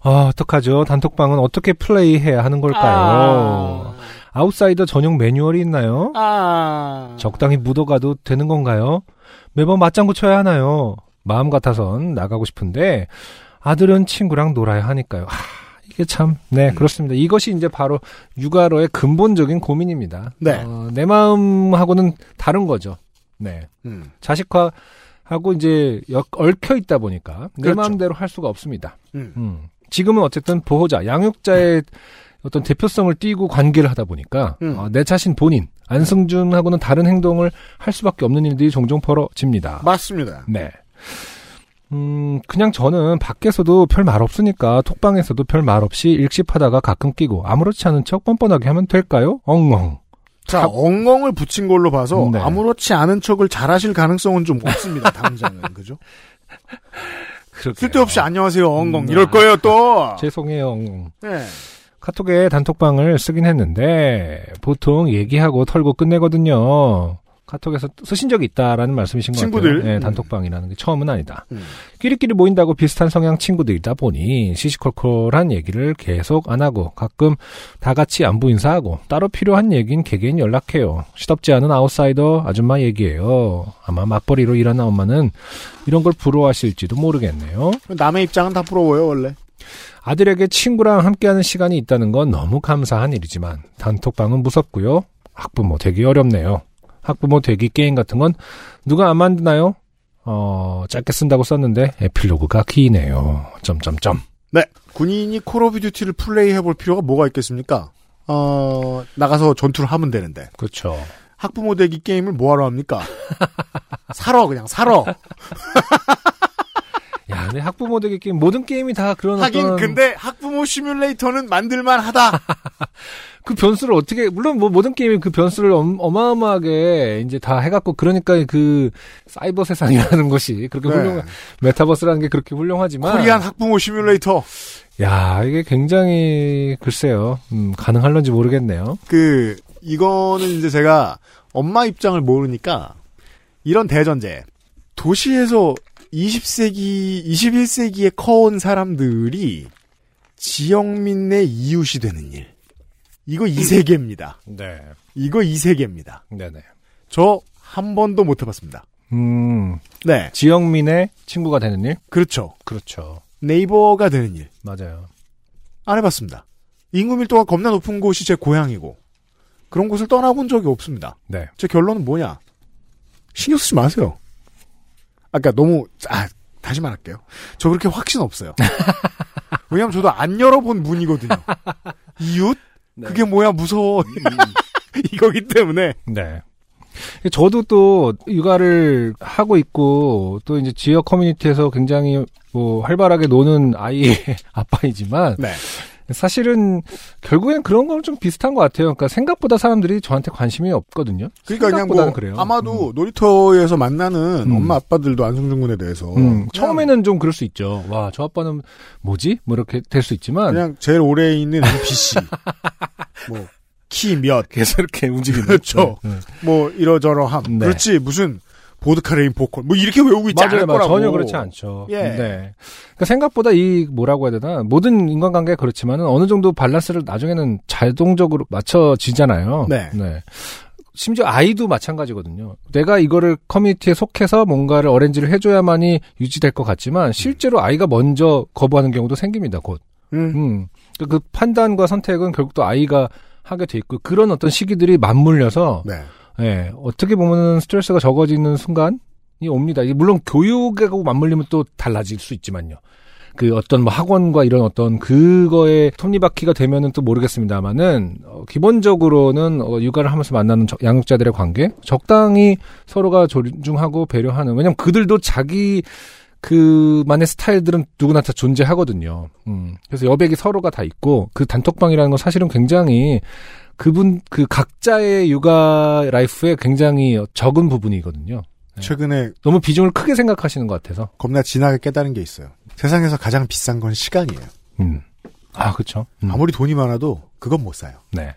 S2: 아, 어떡하죠? 단톡방은 어떻게 플레이해야 하는 걸까요? 아... 웃사이더 전용 매뉴얼이 있나요?
S1: 아.
S2: 적당히 묻어가도 되는 건가요? 매번 맞장구 쳐야 하나요? 마음 같아선 나가고 싶은데 아들은 친구랑 놀아야 하니까요. 하, 이게 참,
S1: 음.
S2: 네, 그렇습니다. 이것이 이제 바로 육아로의 근본적인 고민입니다.
S1: 네.
S2: 어, 내 마음하고는 다른 거죠. 네.
S1: 음.
S2: 자식화 하고 이제 역- 얽혀 있다 보니까 내
S1: 그렇죠.
S2: 마음대로 할 수가 없습니다.
S1: 음.
S2: 음. 지금은 어쨌든 보호자, 양육자의 어떤 대표성을 띄고 관계를 하다 보니까
S1: 음.
S2: 어, 내 자신 본인 안승준하고는 다른 행동을 할 수밖에 없는 일들이 종종 벌어집니다.
S1: 맞습니다.
S2: 네. 음, 그냥 저는 밖에서도 별 말 없으니까 톡방에서도 별 말 없이 일식하다가 가끔 끼고 아무렇지 않은 척 뻔뻔하게 하면 될까요? 엉엉.
S1: 자, 엉엉을 붙인 걸로 봐서
S2: 네.
S1: 아무렇지 않은 척을 잘하실 가능성은 좀 없습니다. 당장은 그죠? 쓸데없이 안녕하세요 엉엉
S2: 네. 음,
S1: 이럴
S2: 아.
S1: 거예요 또.
S2: 죄송해요. 엉엉.
S1: 네.
S2: 카톡에 단톡방을 쓰긴 했는데 보통 얘기하고 털고 끝내거든요. 카톡에서 쓰신 적이 있다라는 말씀이신 것
S1: 친구들.
S2: 같아요. 네,
S1: 음.
S2: 단톡방이라는 게 처음은 아니다.
S1: 음.
S2: 끼리끼리 모인다고 비슷한 성향 친구들이다 보니 시시콜콜한 얘기를 계속 안 하고 가끔 다 같이 안부 인사하고 따로 필요한 얘긴 개개인 연락해요. 시덥지 않은 아웃사이더 아줌마 얘기예요. 아마 맞벌이로 일하는 엄마는 이런 걸 부러워하실지도 모르겠네요.
S1: 남의 입장은 다 부러워요 원래.
S2: 아들에게 친구랑 함께하는 시간이 있다는 건 너무 감사한 일이지만 단톡방은 무섭고요. 학부모 되기 어렵네요. 학부모 되기 게임 같은 건 누가 안 만드나요? 어, 짧게 쓴다고 썼는데 에필로그가 기네요. 점점점.
S1: 네. 군인이 콜 오브 듀티를 플레이해볼 필요가 뭐가 있겠습니까? 어, 나가서 전투를 하면 되는데.
S2: 그렇죠.
S1: 학부모 대기 게임을 뭐하러 합니까? 사러, 그냥 사러.
S2: 야, 근데 학부모 되기 게임 모든 게임이 다 그런
S1: 하긴,
S2: 어떤
S1: 근데 학부모 시뮬레이터는 만들만 하다.
S2: 네. 그 변수를 어떻게 물론 뭐 모든 게임이 그 변수를 엄- 어마어마하게 이제 다 해갖고 그러니까 그 사이버 세상이라는 것이 그렇게 훌륭한 메타버스라는 게 그렇게 훌륭하지만
S1: 네. 코리안 학부모 시뮬레이터.
S2: 야, 이게 굉장히 글쎄요. 음, 가능할런지 모르겠네요.
S1: 그, 이거는 이제 제가 엄마 입장을 모르니까, 이런 대전제. 도시에서 20세기, 21세기에 커온 사람들이 지역민 내 이웃이 되는 일. 이거 이 세계입니다.
S2: 네.
S1: 이거 이 세계입니다.
S2: 네네.
S1: 저 한 번도 못 해봤습니다.
S2: 음,
S1: 네,
S2: 지역민의 친구가 되는 일?
S1: 그렇죠.
S2: 그렇죠.
S1: 네이버가 되는 일.
S2: 맞아요.
S1: 안 해봤습니다. 인구 밀도가 겁나 높은 곳이 제 고향이고, 그런 곳을 떠나본 적이 없습니다.
S2: 네.
S1: 제 결론은 뭐냐? 신경 쓰지 마세요. 아까 너무, 아, 다시 말할게요. 저 그렇게 확신 없어요. 왜냐면 저도 안 열어본 문이거든요. 이웃? 그게 뭐야, 무서워.
S2: 음,
S1: 이거기 때문에.
S2: 네. 저도 또 육아를 하고 있고 또 이제 지역 커뮤니티에서 굉장히 뭐 활발하게 노는 아이의 아빠이지만
S1: 네.
S2: 사실은 결국엔 그런 건 좀 비슷한 것 같아요. 그러니까 생각보다 사람들이 저한테 관심이 없거든요.
S1: 그러니까 그냥
S2: 생각보다는
S1: 뭐
S2: 그래요.
S1: 아마도 놀이터에서 만나는
S2: 음.
S1: 엄마 아빠들도 안성준 군에 대해서
S2: 음,
S1: 그냥-
S2: 처음에는 좀 그럴 수 있죠. 와, 저 아빠는 뭐지? 뭐 이렇게 될 수 있지만
S1: 그냥 제일 오래 있는 NPC 뭐, 뭐키몇
S2: 계속 이렇게 움직이는
S1: 그렇죠.
S2: 네, 네.
S1: 뭐 이러저러함
S2: 네.
S1: 그렇지 무슨 보드카레인 보컬 뭐 이렇게 외우고 있지
S2: 맞아요,
S1: 않을
S2: 맞아요.
S1: 거라고
S2: 전혀 그렇지 않죠.
S1: 예.
S2: 네. 그러니까 생각보다 이 뭐라고 해야 되나 모든 인간관계가 그렇지만은 어느 정도 밸런스를 나중에는 자동적으로 맞춰지잖아요.
S1: 네.
S2: 심지어 아이도 마찬가지거든요. 내가 이거를 커뮤니티에 속해서 뭔가를 어렌지를 해줘야만이 유지될 것 같지만 실제로 아이가 먼저 거부하는 경우도 생깁니다. 곧.
S1: 음.
S2: 음. 그러니까 그 판단과 선택은 결국 또 아이가 하게 돼 있고 그런 어떤 시기들이 맞물려서
S1: 네.
S2: 예, 어떻게 보면 스트레스가 적어지는 순간이 옵니다. 이게 물론 교육하고 맞물리면 또 달라질 수 있지만요. 그 어떤 뭐 학원과 이런 어떤 그거에 톱니바퀴가 되면은 또 모르겠습니다만은 어, 기본적으로는 어, 육아를 하면서 만나는 저- 양육자들의 관계 적당히 서로가 존중하고 배려하는 왜냐면 그들도 자기 그만의 스타일들은 누구나 다 존재하거든요. 음. 그래서 여백이 서로가 다 있고 그 단톡방이라는 건 사실은 굉장히 그분 그 각자의 육아 라이프에 굉장히 적은 부분이거든요.
S1: 최근에
S2: 너무 비중을 크게 생각하시는 것 같아서.
S1: 겁나 진하게 깨달은 게 있어요. 세상에서 가장 비싼 건 시간이에요.
S2: 음. 아 그렇죠.
S1: 아무리 돈이 많아도 그건 못 사요.
S2: 네.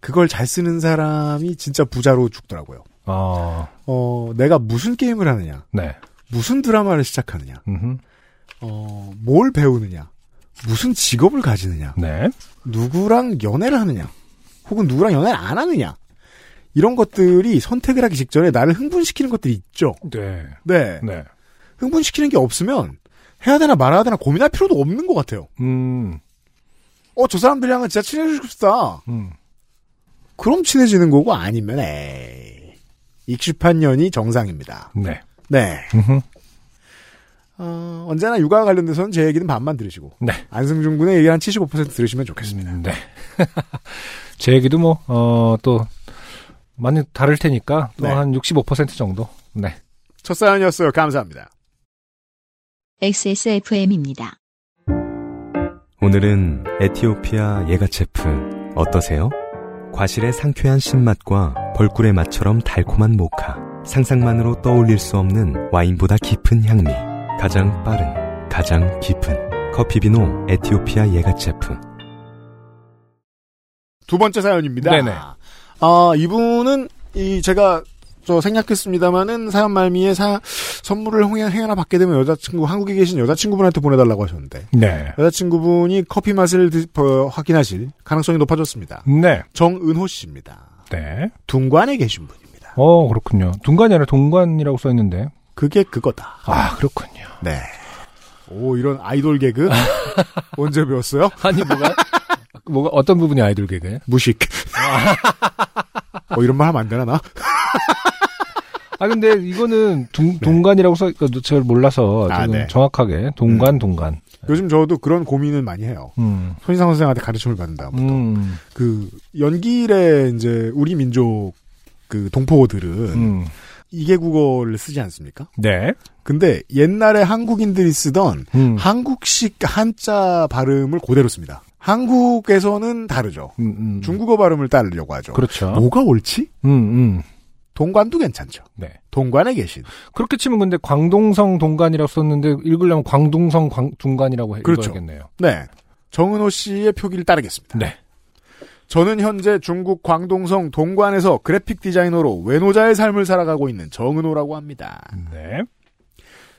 S1: 그걸 잘 쓰는 사람이 진짜 부자로 죽더라고요.
S2: 어.
S1: 어, 내가 무슨 게임을 하느냐,
S2: 네.
S1: 무슨 드라마를 시작하느냐,
S2: 음.
S1: 어, 뭘 배우느냐, 무슨 직업을 가지느냐,
S2: 네.
S1: 누구랑 연애를 하느냐, 혹은 누구랑 연애를 안 하느냐, 이런 것들이 선택을 하기 직전에 나를 흥분시키는 것들이 있죠.
S2: 네.
S1: 네.
S2: 네.
S1: 흥분시키는 게 없으면 해야 되나 말아야 되나 고민할 필요도 없는 것 같아요.
S2: 음.
S1: 어, 저 사람들이랑은 진짜 친해지고 싶다.
S2: 음.
S1: 그럼 친해지는 거고 아니면 에이. 익숙한 년이 정상입니다.
S2: 네.
S1: 네.
S2: 음흠.
S1: 어, 언제나 육아와 관련돼서는 제 얘기는 반만 들으시고
S2: 네.
S1: 안승준 군의 얘기 한 75% 들으시면 좋겠습니다.
S2: 음, 네. 제 얘기도 뭐, 어, 또, 많이 다를 테니까,
S1: 네.
S2: 또 한 65% 정도. 네.
S1: 첫 사연이었어요. 감사합니다.
S4: XSFM입니다.
S10: 오늘은 에티오피아 예가체프 어떠세요? 과실의 상쾌한 신맛과 벌꿀의 맛처럼 달콤한 모카. 상상만으로 떠올릴 수 없는 와인보다 깊은 향미. 가장 빠른, 가장 깊은. 커피비노 에티오피아 예가체프.
S1: 두 번째 사연입니다.
S2: 네네.
S1: 아, 이분은 이 제가 저 생략했습니다만은 사연 말미에 사 선물을 홍해 행여나 받게 되면 여자친구 한국에 계신 여자친구분한테 보내달라고 하셨는데
S2: 네.
S1: 여자친구분이 커피 맛을 드- 어, 확인하실 가능성이 높아졌습니다.
S2: 네.
S1: 정은호 씨입니다.
S2: 네.
S1: 둔관에 계신 분입니다.
S2: 어, 그렇군요. 둔관이 아니라 동관이라고 써있는데.
S1: 그게 그거다.
S2: 아, 그렇군요.
S1: 네. 오 이런 아이돌 개그 언제 배웠어요?
S2: 아니, 뭐가, 뭐가, 어떤 부분이 아이돌 개그예요?
S1: 무식. 어 이런 말 하면 안 되나 나?
S2: 아, 근데 이거는 동, 동관이라고 써, 그러니까 잘 몰라서
S1: 아,
S2: 지금
S1: 네.
S2: 정확하게 동관, 동관.
S1: 요즘 저도 그런 고민을 많이 해요.
S2: 음.
S1: 손희상 선생한테 가르침을 받는다.
S2: 음.
S1: 그 연길에 이제 우리 민족 그 동포들은
S2: 음.
S1: 이계 국어를 쓰지 않습니까?
S2: 네.
S1: 근데 옛날에 한국인들이 쓰던
S2: 음.
S1: 한국식 한자 발음을 그대로 씁니다. 한국에서는 다르죠.
S2: 음, 음.
S1: 중국어 발음을 따르려고 하죠.
S2: 그렇죠.
S1: 뭐가 옳지?
S2: 음, 음.
S1: 동관도 괜찮죠.
S2: 네.
S1: 동관에 계신.
S2: 그렇게 치면 근데 광동성 동간이라고 썼는데 읽으려면 광동성 광, 동간이라고 해-
S1: 그렇죠.
S2: 읽어야겠네요.
S1: 네. 정은호 씨의 표기를 따르겠습니다.
S2: 네.
S1: 저는 현재 중국 광동성 동관에서 그래픽 디자이너로 외노자의 삶을 살아가고 있는 정은호라고 합니다.
S2: 네.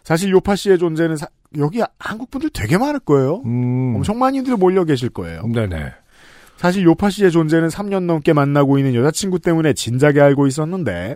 S1: 사실 요파 씨의 존재는 사- 여기 한국 분들 되게 많을 거예요.
S2: 음.
S1: 엄청 많이들 몰려 계실 거예요.
S2: 네네.
S1: 사실 요파 씨의 존재는 3년 넘게 만나고 있는 여자친구 때문에 진작에 알고 있었는데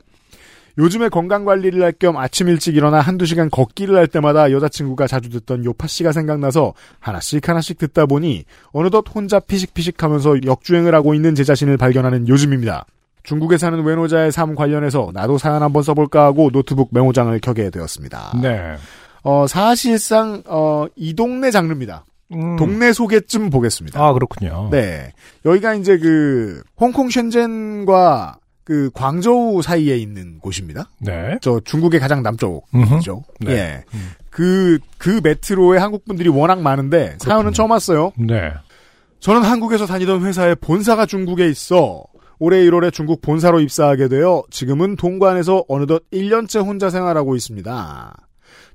S1: 요즘에 건강 관리를 할 겸 아침 일찍 일어나 한두 시간 걷기를 할 때마다 여자친구가 자주 듣던 요파 씨가 생각나서 하나씩 하나씩 듣다 보니 어느덧 혼자 피식피식하면서 역주행을 하고 있는 제 자신을 발견하는 요즘입니다. 중국에 사는 외노자의 삶 관련해서 나도 사연 한번 써볼까 하고 노트북 메모장을 켜게 되었습니다.
S2: 네.
S1: 어, 사실상, 어, 이 동네 장르입니다.
S2: 음.
S1: 동네 소개쯤 보겠습니다.
S2: 아, 그렇군요.
S1: 네. 여기가 이제 그, 홍콩 쉔젠과 그, 광저우 사이에 있는 곳입니다.
S2: 네.
S1: 저 중국의 가장 남쪽이죠.
S2: 음흠. 네.
S1: 예.
S2: 음.
S1: 그, 그 메트로에 한국분들이 워낙 많은데, 사연은 처음 왔어요.
S2: 네.
S1: 저는 한국에서 다니던 회사의 본사가 중국에 있어 올해 1월에 중국 본사로 입사하게 되어 지금은 동관에서 어느덧 1년째 혼자 생활하고 있습니다.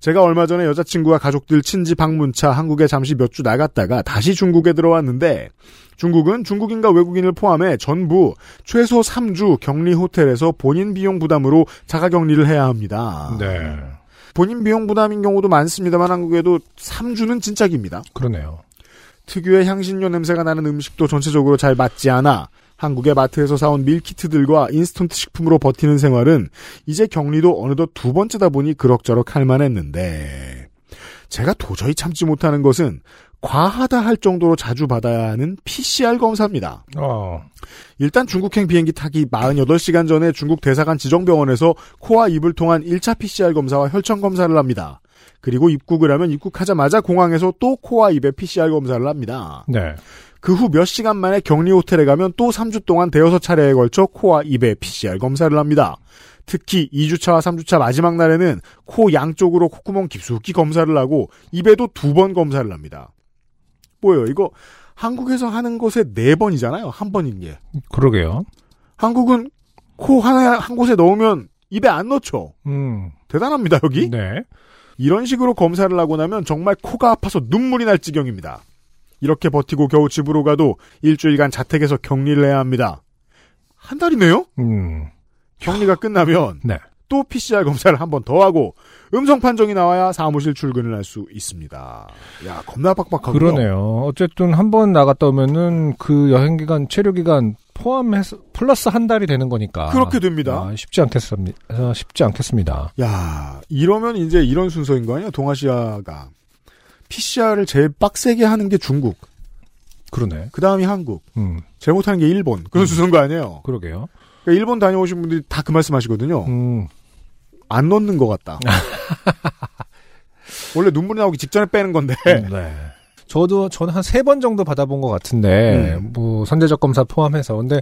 S1: 제가 얼마 전에 여자친구와 가족들 친지 방문차 한국에 잠시 몇 주 나갔다가 다시 중국에 들어왔는데 중국은 중국인과 외국인을 포함해 전부 최소 3주 격리 호텔에서 본인 비용 부담으로 자가 격리를 해야 합니다.
S2: 네.
S1: 본인 비용 부담인 경우도 많습니다만 한국에도 3주는 진짜입니다.
S2: 그러네요.
S1: 특유의 향신료 냄새가 나는 음식도 전체적으로 잘 맞지 않아 한국의 마트에서 사온 밀키트들과 인스턴트 식품으로 버티는 생활은 이제 격리도 어느덧 두 번째다 보니 그럭저럭 할만했는데 제가 도저히 참지 못하는 것은 과하다 할 정도로 자주 받아야 하는 PCR 검사입니다.
S2: 어.
S1: 일단 중국행 비행기 타기 48시간 전에 중국 대사관 지정병원에서 코와 입을 통한 1차 PCR 검사와 혈청 검사를 합니다. 그리고 입국을 하면 입국하자마자 공항에서 또 코와 입에 PCR 검사를 합니다.
S2: 네.
S1: 그 후 몇 시간 만에 격리 호텔에 가면 또 3주 동안 대여섯 차례에 걸쳐 코와 입에 PCR 검사를 합니다. 특히 2주차와 3주차 마지막 날에는 코 양쪽으로 콧구멍 깊숙이 검사를 하고 입에도 두 번 검사를 합니다. 뭐예요? 이거 한국에서 하는 것에 네 번이잖아요. 한 번인 게.
S2: 그러게요.
S1: 한국은 코 하나 한 곳에 넣으면 입에 안 넣죠.
S2: 음.
S1: 대단합니다 여기.
S2: 네.
S1: 이런 식으로 검사를 하고 나면 정말 코가 아파서 눈물이 날 지경입니다. 이렇게 버티고 겨우 집으로 가도 일주일간 자택에서 격리를 해야 합니다. 한 달이네요?
S2: 음.
S1: 격리가 끝나면
S2: 네.
S1: 또 PCR 검사를 한 번 더 하고 음성 판정이 나와야 사무실 출근을 할 수 있습니다. 야 겁나 빡빡하고요.
S2: 그러네요. 어쨌든 한 번 나갔다 오면은 그 여행 기간, 체류 기간 포함해서 플러스 한 달이 되는 거니까.
S1: 그렇게 됩니다.
S2: 아, 쉽지 않겠습니다. 아, 쉽지 않겠습니다.
S1: 야, 이러면 이제 이런 순서인 거 아니야? 동아시아가. PCR을 제일 빡세게 하는 게 중국,
S2: 그러네.
S1: 그 다음이 한국,
S2: 음.
S1: 제일 못하는 게 일본. 그런 순서인 거 아니에요?
S2: 그러게요.
S1: 그러니까 일본 다녀오신 분들이 다 그 말씀 하시거든요.
S2: 음.
S1: 안 넣는 것 같다. 원래 눈물이 나오기 직전에 빼는 건데.
S2: 네. 저도 전 한 세 번 정도 받아본 것 같은데
S1: 음.
S2: 뭐 선제적 검사 포함해서 근데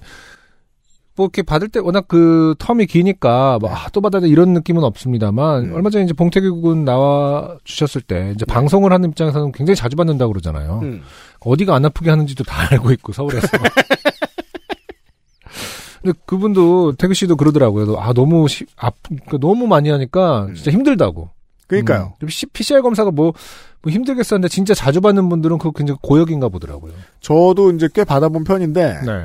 S2: 뭐 이렇게 받을 때 워낙 그 텀이 기니까 뭐, 아, 또 받아야 돼 이런 느낌은 없습니다만
S1: 음. 네.
S2: 얼마 전에 이제 봉태규 군 나와 주셨을 때 이제 방송을 하는 입장에서는 굉장히 자주 받는다 고 그러잖아요.
S1: 음.
S2: 어디가 안 아프게 하는지도 다 알고 있고 서울에서. 근데 그분도 태규 씨도 그러더라고요. 아 너무 시, 아 너무 많이 하니까
S1: 음.
S2: 진짜 힘들다고.
S1: 그러니까요.
S2: 음, 시- PCR 검사가 뭐, 뭐 힘들겠었는데 진짜 자주 받는 분들은 그거 굉장히 고역인가 보더라고요.
S1: 저도 이제 꽤 받아본 편인데,
S2: 네.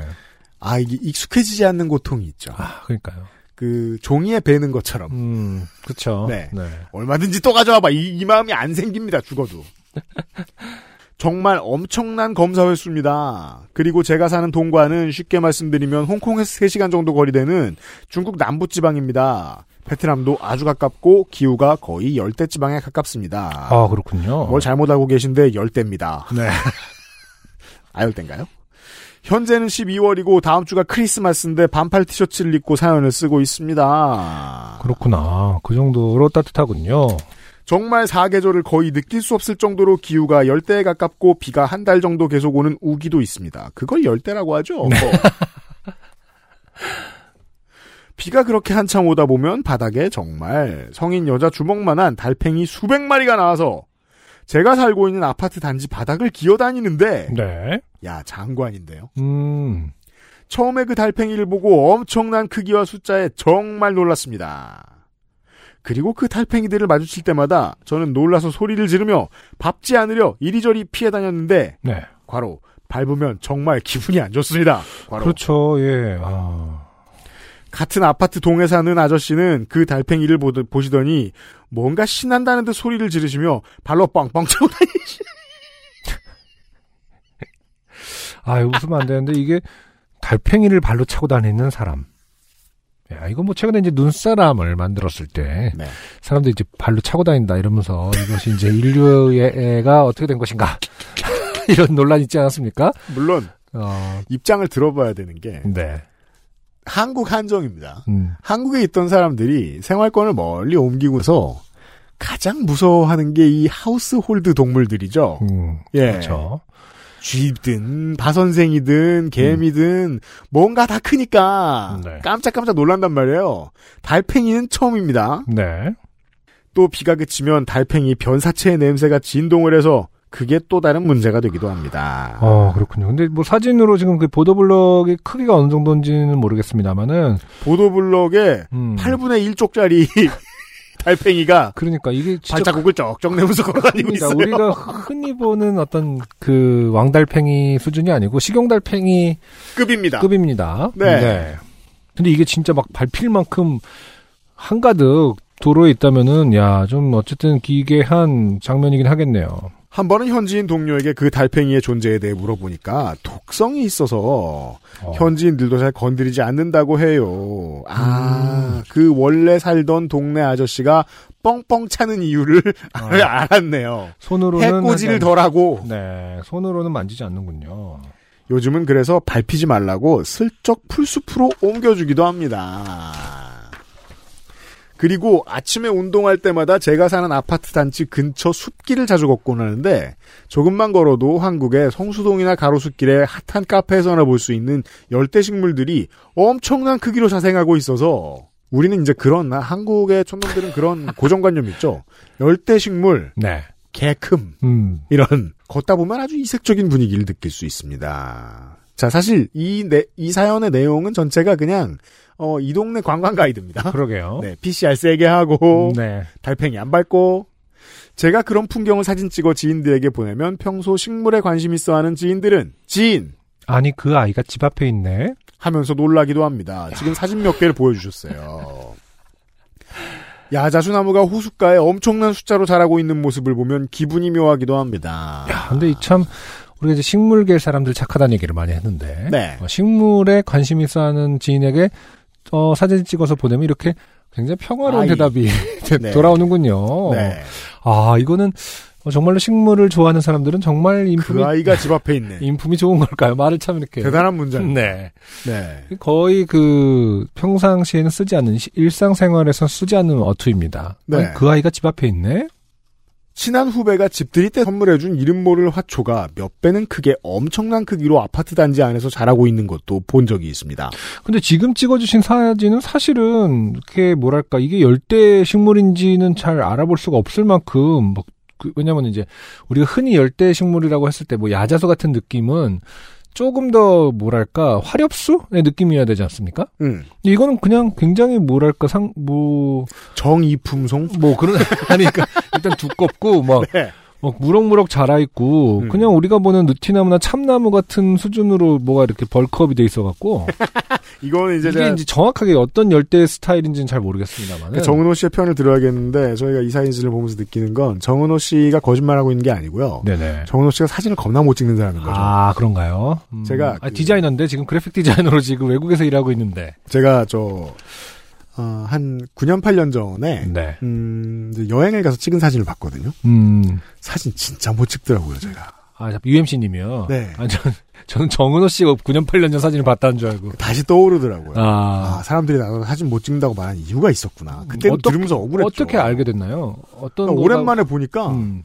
S1: 아, 이게 익숙해지지 않는 고통이 있죠.
S2: 아, 그러니까요.
S1: 그, 종이에 베는 것처럼.
S2: 음, 그쵸.
S1: 네.
S2: 네.
S1: 얼마든지 또 가져와봐. 이, 이 마음이 안 생깁니다. 죽어도. 정말 엄청난 검사 횟수입니다. 그리고 제가 사는 동과는 쉽게 말씀드리면 홍콩에서 3시간 정도 거리되는 중국 남부지방입니다. 베트남도 아주 가깝고 기후가 거의 열대지방에 가깝습니다.
S2: 아, 그렇군요.
S1: 뭘 잘못 알고 계신데 열대입니다. 네. 아열대인가요? 현재는 12월이고 다음 주가 크리스마스인데 반팔 티셔츠를 입고 사연을 쓰고 있습니다.
S2: 그렇구나. 그 정도로 따뜻하군요.
S1: 정말 사계절을 거의 느낄 수 없을 정도로 기후가 열대에 가깝고 비가 한 달 정도 계속 오는 우기도 있습니다. 그걸 열대라고 하죠. 뭐. 비가 그렇게 한참 오다 보면 바닥에 정말 성인 여자 주먹만한 달팽이 수백 마리가 나와서 제가 살고 있는 아파트 단지 바닥을 기어다니는데
S2: 네.
S1: 야 장관인데요.
S2: 음,
S1: 처음에 그 달팽이를 보고 엄청난 크기와 숫자에 정말 놀랐습니다. 그리고 그 달팽이들을 마주칠 때마다 저는 놀라서 소리를 지르며 밟지 않으려 이리저리 피해 다녔는데
S2: 네.
S1: 과로 밟으면 정말 기분이 안 좋습니다. 과로.
S2: 그렇죠, 예. 아,
S1: 같은 아파트 동에 사는 아저씨는 그 달팽이를 보드- 보시더니 뭔가 신난다는 듯 소리를 지르시며 발로 빵빵 차고 다니
S2: 아, 이거 웃으면 안 되는데 이게 달팽이를 발로 차고 다니는 사람. 야, 이거 뭐 최근에 이제 눈사람을 만들었을 때
S1: 네.
S2: 사람들이 이제 발로 차고 다닌다 이러면서 이것이 이제 인류애가 어떻게 된 것인가 이런 논란 있지 않았습니까?
S1: 물론
S2: 어,
S1: 입장을 들어봐야 되는 게
S2: 네.
S1: 한국 한정입니다.
S2: 음.
S1: 한국에 있던 사람들이 생활권을 멀리 옮기고서 가장 무서워하는 게 이 하우스홀드 동물들이죠.
S2: 음.
S1: 예.
S2: 그렇죠.
S1: 쥐든 바선생이든 개미든 뭔가 다 크니까
S2: 네.
S1: 깜짝깜짝 놀란단 말이에요. 달팽이는 처음입니다.
S2: 네.
S1: 또 비가 그치면 달팽이 변사체의 냄새가 진동을 해서 그게 또 다른 문제가 되기도 합니다.
S2: 어, 그렇군요. 근데 뭐 사진으로 지금 그 보도블럭의 크기가 어느 정도인지는 모르겠습니다만은
S1: 보도블럭에
S2: 음.
S1: 8분의 1쪽짜리 달팽이가
S2: 그러니까 이게 진짜
S1: 발자국을 쩍쩍 내면서 걸어다니고
S2: 그러니까
S1: 있어요.
S2: 우리가 흔히 보는 어떤 그 왕달팽이 수준이 아니고 식용달팽이
S1: 급입니다.
S2: 급입니다.
S1: 네.
S2: 근데 이게 진짜 막 밟힐 만큼 한가득 도로에 있다면은 야 좀 어쨌든 기괴한 장면이긴 하겠네요.
S1: 한 번은 현지인 동료에게 그 달팽이의 존재에 대해 물어보니까 독성이 있어서
S2: 어.
S1: 현지인들도 잘 건드리지 않는다고 해요.
S2: 음.
S1: 아, 그 원래 살던 동네 아저씨가 뻥뻥 차는 이유를
S2: 아.
S1: 알았네요.
S2: 손으로는
S1: 해꼬지를
S2: 하지
S1: 덜하고
S2: 않- 네 손으로는 만지지 않는군요.
S1: 요즘은 그래서 밟히지 말라고 슬쩍 풀숲으로 옮겨주기도 합니다. 그리고 아침에 운동할 때마다 제가 사는 아파트 단지 근처 숲길을 자주 걷곤 하는데 조금만 걸어도 한국의 성수동이나 가로수길의 핫한 카페에서나 볼 수 있는 열대 식물들이 엄청난 크기로 자생하고 있어서 우리는 이제 그런 아, 한국의 촌놈들은 그런 고정관념 있죠. 열대 식물,
S2: 네.
S1: 개큼
S2: 음.
S1: 이런 걷다 보면 아주 이색적인 분위기를 느낄 수 있습니다. 자, 사실 이, 내, 이 사연의 내용은 전체가 그냥 어, 이 동네 관광 가이드입니다.
S2: 아, 그러게요.
S1: 네, PCR 세게 하고
S2: 네.
S1: 달팽이 안 밟고 제가 그런 풍경을 사진 찍어 지인들에게 보내면 평소 식물에 관심 있어하는 지인들은 지인
S2: 아니 그 아이가 집 앞에 있네.
S1: 하면서 놀라기도 합니다. 지금 사진 몇 개를 보여주셨어요. 야자수나무가 호숫가에 엄청난 숫자로 자라고 있는 모습을 보면 기분이 묘하기도 합니다.
S2: 야, 근데 이 참 우리가 이제 식물계 사람들 착하다는 얘기를 많이 했는데
S1: 네.
S2: 어, 식물에 관심 있어하는 지인에게 어, 사진 찍어서 보내면 이렇게 굉장히 평화로운
S1: 아이.
S2: 대답이
S1: 네.
S2: 돌아오는군요.
S1: 네.
S2: 아 이거는 어, 정말로 식물을 좋아하는 사람들은 정말 인품이
S1: 그 아이가 집 앞에 있네.
S2: 인품이 좋은 걸까요? 말을 참 이렇게
S1: 대단한 문장.
S2: 네.
S1: 네.
S2: 거의 그 평상시에는 쓰지 않는 시- 일상생활에서 쓰지 않는 어투입니다.
S1: 네.
S2: 아니, 그 아이가 집 앞에 있네.
S1: 친한 후배가 집들이 때 선물해준 이름 모를 화초가 몇 배는 크게 엄청난 크기로 아파트 단지 안에서 자라고 있는 것도 본 적이 있습니다.
S2: 근데 지금 찍어주신 사진은 사실은 이렇게 뭐랄까 이게 열대 식물인지는 잘 알아볼 수가 없을 만큼 막 그- 왜냐면 이제 우리가 흔히 열대 식물이라고 했을 때 뭐 야자수 같은 느낌은 조금 더 뭐랄까 화렵수의 느낌이어야 되지 않습니까?
S1: 음.
S2: 근데 이거는 그냥 굉장히 뭐랄까 상 뭐
S1: 정이품송?
S2: 뭐 그런 아니까 일단 두껍고 막
S1: 네.
S2: 막 무럭무럭 자라 있고
S1: 음.
S2: 그냥 우리가 보는 느티나무나 참나무 같은 수준으로 뭐가 이렇게 벌크업이 돼 있어갖고
S1: 이거는 이제
S2: 이게
S1: 제가 네. 그
S2: 이제 네. 정확하게 어떤 열대 스타일인지는 잘 모르겠습니다만
S1: 정은호 씨의 편을 들어야겠는데 저희가 이 사진을 보면서 느끼는 건 정은호 씨가 거짓말하고 있는 게 아니고요.
S2: 네네
S1: 정은호 씨가 사진을 겁나 못 찍는 사람인 거죠.
S2: 아 그런가요? 음,
S1: 제가
S2: 아,
S1: 그-
S2: 디자이너인데 지금 그래픽 디자이너로 지금 외국에서 일하고 있는데
S1: 제가 저, 어, 한 9년, 8년 전에,
S2: 네
S1: 음, 이제 여행을 가서 찍은 사진을 봤거든요.
S2: 음.
S1: 사진 진짜 못 찍더라고요, 제가.
S2: 아, 자, UMC님이요?
S1: 네.
S2: 아, 전, 저는 정은호 씨가 9년, 8년 전 사진을 봤다는 줄 알고.
S1: 다시 떠오르더라고요.
S2: 아,
S1: 아, 사람들이 나가서 사진 못 찍는다고 말한 이유가 있었구나. 그때
S2: 뭐 어떻게-
S1: 들으면서 억울했죠.
S2: 어떻게 알게 됐나요? 어떤.
S1: 그러니까
S2: 거가-
S1: 오랜만에 보니까
S2: 음,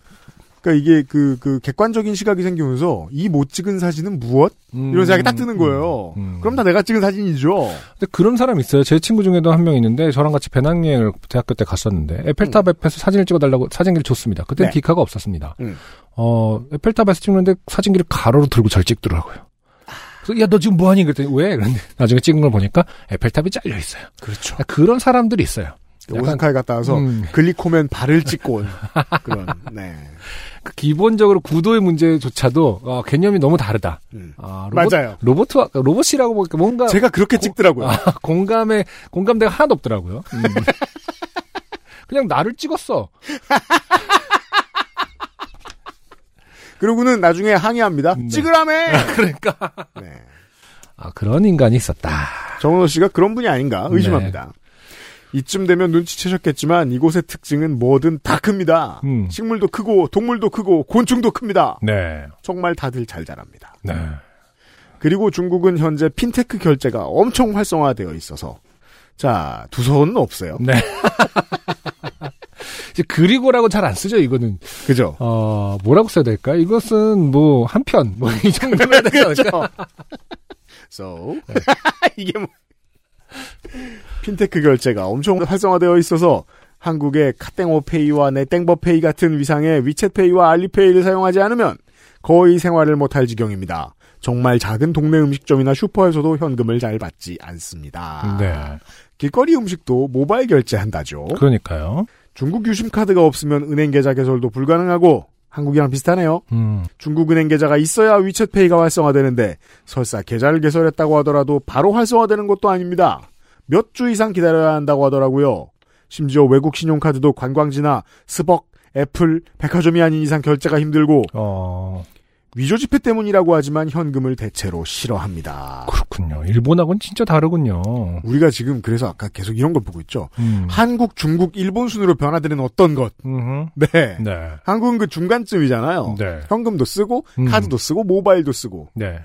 S1: 그러니까 이게 그, 그 객관적인 시각이 생기면서 이 못 찍은 사진은 무엇?
S2: 음,
S1: 이런 생각이 딱 드는 거예요.
S2: 음, 음.
S1: 그럼 다 내가 찍은 사진이죠.
S2: 근데 그런 사람 있어요. 제 친구 중에도 한 명 있는데 저랑 같이 배낭여행을 대학교 때 갔었는데 에펠탑 앞에서 사진을 찍어달라고 사진기를 줬습니다. 그때 는
S1: 음. 네.
S2: 디카가 없었습니다.
S1: 음.
S2: 어 에펠탑에서 찍는데 사진기를 가로로 들고 절 찍더라고요. 그래서 야 너 지금 뭐하니 그랬더니 왜? 그런데 나중에 찍은 걸 보니까 에펠탑이 잘려 있어요. 그러니까
S1: 그렇죠.
S2: 그런 사람들이 있어요. 약간-
S1: 네, 오사카에 갔다 와서
S2: 음.
S1: 글리코맨 발을 찍고 온 그런 네.
S2: 그 기본적으로 구도의 문제조차도 어, 개념이 너무 다르다.
S1: 음.
S2: 아,
S1: 맞아요.
S2: 로봇과 로봇이라고 보니까 뭔가
S1: 제가 그렇게 찍더라고요.
S2: 아, 공감에 공감대가 하나도 없더라고요. 음. 그냥 나를 찍었어.
S1: 그러고는 나중에 항의합니다.
S2: 네.
S1: 찍으라며.
S2: 그러니까.
S1: 네.
S2: 아, 그런 인간이 있었다.
S1: 정은호 씨가 그런 분이 아닌가 의심합니다. 이쯤 되면 눈치채셨겠지만 이곳의 특징은 뭐든 다 큽니다.
S2: 음.
S1: 식물도 크고 동물도 크고 곤충도 큽니다.
S2: 네.
S1: 정말 다들 잘 자랍니다.
S2: 네.
S1: 그리고 중국은 현재 핀테크 결제가 엄청 활성화되어 있어서 자 두서는 없어요.
S2: 네. 이제 그리고라고 잘 안 쓰죠, 이거는.
S1: 그죠?
S2: 어, 뭐라고 써야 될까? 이것은 뭐, 한편, 뭐, 이 정도면 해야 되지 않을까?
S1: 그렇죠. so 네. 이게 뭐 핀테크 결제가 엄청 활성화되어 있어서 한국의 카땡오페이와 네땡버페이 같은 위상의 위챗페이와 알리페이를 사용하지 않으면 거의 생활을 못할 지경입니다. 정말 작은 동네 음식점이나 슈퍼에서도 현금을 잘 받지 않습니다.
S2: 네.
S1: 길거리 음식도 모바일 결제한다죠.
S2: 그러니까요.
S1: 중국 유심 카드가 없으면 은행 계좌 개설도 불가능하고 한국이랑 비슷하네요.
S2: 음.
S1: 중국 은행 계좌가 있어야 위챗페이가 활성화되는데 설사 계좌를 개설했다고 하더라도 바로 활성화되는 것도 아닙니다. 몇 주 이상 기다려야 한다고 하더라고요. 심지어 외국 신용카드도 관광지나 스벅, 애플, 백화점이 아닌 이상 결제가 힘들고
S2: 어,
S1: 위조 지폐 때문이라고 하지만 현금을 대체로 싫어합니다.
S2: 그렇군요. 일본하고는 진짜 다르군요.
S1: 우리가 지금 그래서 아까 계속 이런 걸 보고 있죠.
S2: 음.
S1: 한국, 중국, 일본 순으로 변화되는 어떤 것.
S2: 음흠.
S1: 네.
S2: 네.
S1: 한국은 그 중간쯤이잖아요.
S2: 네.
S1: 현금도 쓰고
S2: 음.
S1: 카드도 쓰고 모바일도 쓰고
S2: 네.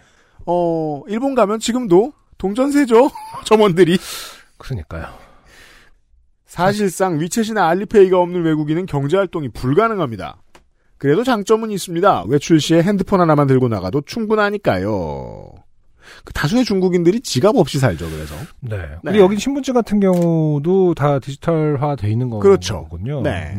S1: 어 일본 가면 지금도 동전세죠 점원들이
S2: 그러니까요.
S1: 사실상 위챗이나 알리페이가 없는 외국인은 경제활동이 불가능합니다. 그래도 장점은 있습니다. 외출 시에 핸드폰 하나만 들고 나가도 충분하니까요. 그 다수의 중국인들이 지갑 없이 살죠, 그래서.
S2: 네. 근데 여기 신분증 같은 경우도 다 디지털화 돼 있는
S1: 그렇죠.
S2: 거군요.
S1: 네.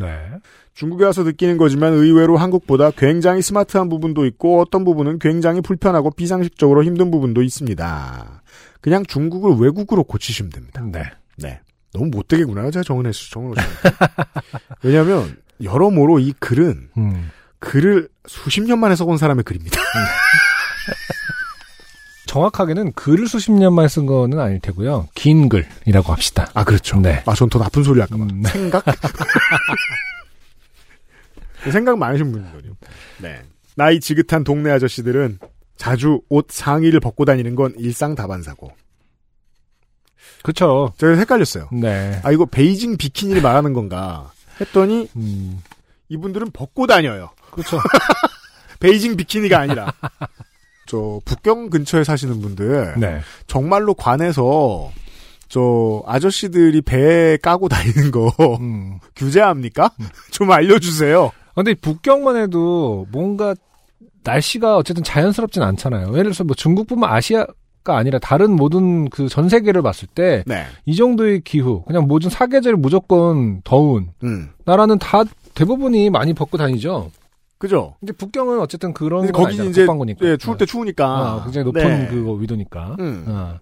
S1: 중국에 와서 느끼는 거지만 의외로 한국보다 굉장히 스마트한 부분도 있고 어떤 부분은 굉장히 불편하고 비상식적으로 힘든 부분도 있습니다. 그냥 중국을 외국으로 고치시면 됩니다.
S2: 네.
S1: 네. 너무 못되겠구나. 제가 정은혜 씨, 정은호 씨. 왜냐면, 하 여러모로 이 글은,
S2: 음.
S1: 글을 수십 년 만에 써본 사람의 글입니다.
S2: 정확하게는 글을 수십 년만 쓴 거는 아닐 테고요. 긴 글이라고 합시다.
S1: 아, 그렇죠.
S2: 네.
S1: 아, 전 더 나쁜 소리 할까봐.
S2: 음, 네.
S1: 생각? 생각 많으신 분이거든요. 네. 나이 지긋한 동네 아저씨들은 자주 옷 상의를 벗고 다니는 건 일상 다반사고.
S2: 그렇죠.
S1: 제가 헷갈렸어요.
S2: 네.
S1: 아, 이거 베이징 비키니를 말하는 건가 했더니
S2: 음,
S1: 이분들은 벗고 다녀요.
S2: 그렇죠.
S1: 베이징 비키니가 아니라. 저 북경 근처에 사시는 분들
S2: 네.
S1: 정말로 관에서 저 아저씨들이 배에 까고 다니는 거
S2: 음.
S1: 규제합니까? 좀 알려주세요.
S2: 아, 근데 북경만 해도 뭔가 날씨가 어쨌든 자연스럽진 않잖아요. 예를 들어서 뭐 중국뿐만 아시아가 아니라 다른 모든 그 전 세계를 봤을 때 이
S1: 네.
S2: 정도의 기후, 그냥 모든 사계절 무조건 더운
S1: 음.
S2: 나라는 다 대부분이 많이 벗고 다니죠.
S1: 그죠?
S2: 근데 북경은 어쨌든 그런
S1: 근데
S2: 건
S1: 거기
S2: 아니잖아요.
S1: 이제
S2: 북방구니까.
S1: 예, 추울 때 추우니까
S2: 아, 굉장히 높은
S1: 네.
S2: 그거 위도니까.
S1: 음.
S2: 아.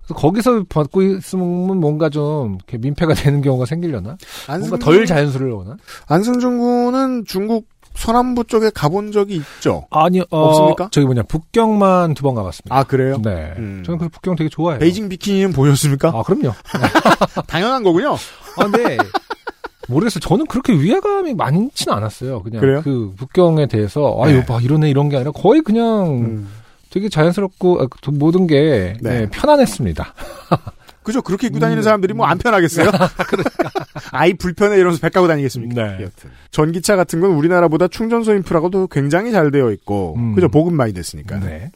S2: 그래서 거기서 벗고 있으면 뭔가 좀 이렇게 민폐가 되는 경우가 생기려나? 뭔가
S1: 안승준-
S2: 덜 자연스러우나?
S1: 안승준 군은 중국 서남부 쪽에 가본 적이 있죠.
S2: 아니, 어,
S1: 없습니까?
S2: 저기 뭐냐, 북경만 두 번 가봤습니다.
S1: 아 그래요?
S2: 네.
S1: 음.
S2: 저는 그 북경 되게 좋아해요.
S1: 베이징 비키니는 보셨습니까?
S2: 아, 그럼요.
S1: 당연한 거군요.
S2: 아, 근데 모르겠어요. 저는 그렇게 위화감이 많진 않았어요. 그냥
S1: 그래요?
S2: 그 북경에 대해서 아,
S1: 네.
S2: 이거 봐, 이러네 이런 게 아니라 거의 그냥
S1: 음.
S2: 되게 자연스럽고 아, 그 모든 게
S1: 네.
S2: 네, 편안했습니다.
S1: 그죠? 그렇게 입고
S2: 음.
S1: 다니는 사람들이 뭐 안 편하겠어요? 아이 불편해 이러면서 배 까고 다니겠습니까?
S2: 그러니까. 네.
S1: 여튼. 전기차 같은 건 우리나라보다 충전소 인프라가도 굉장히 잘 되어 있고,
S2: 음.
S1: 그죠? 보급 많이 됐으니까.
S2: 네.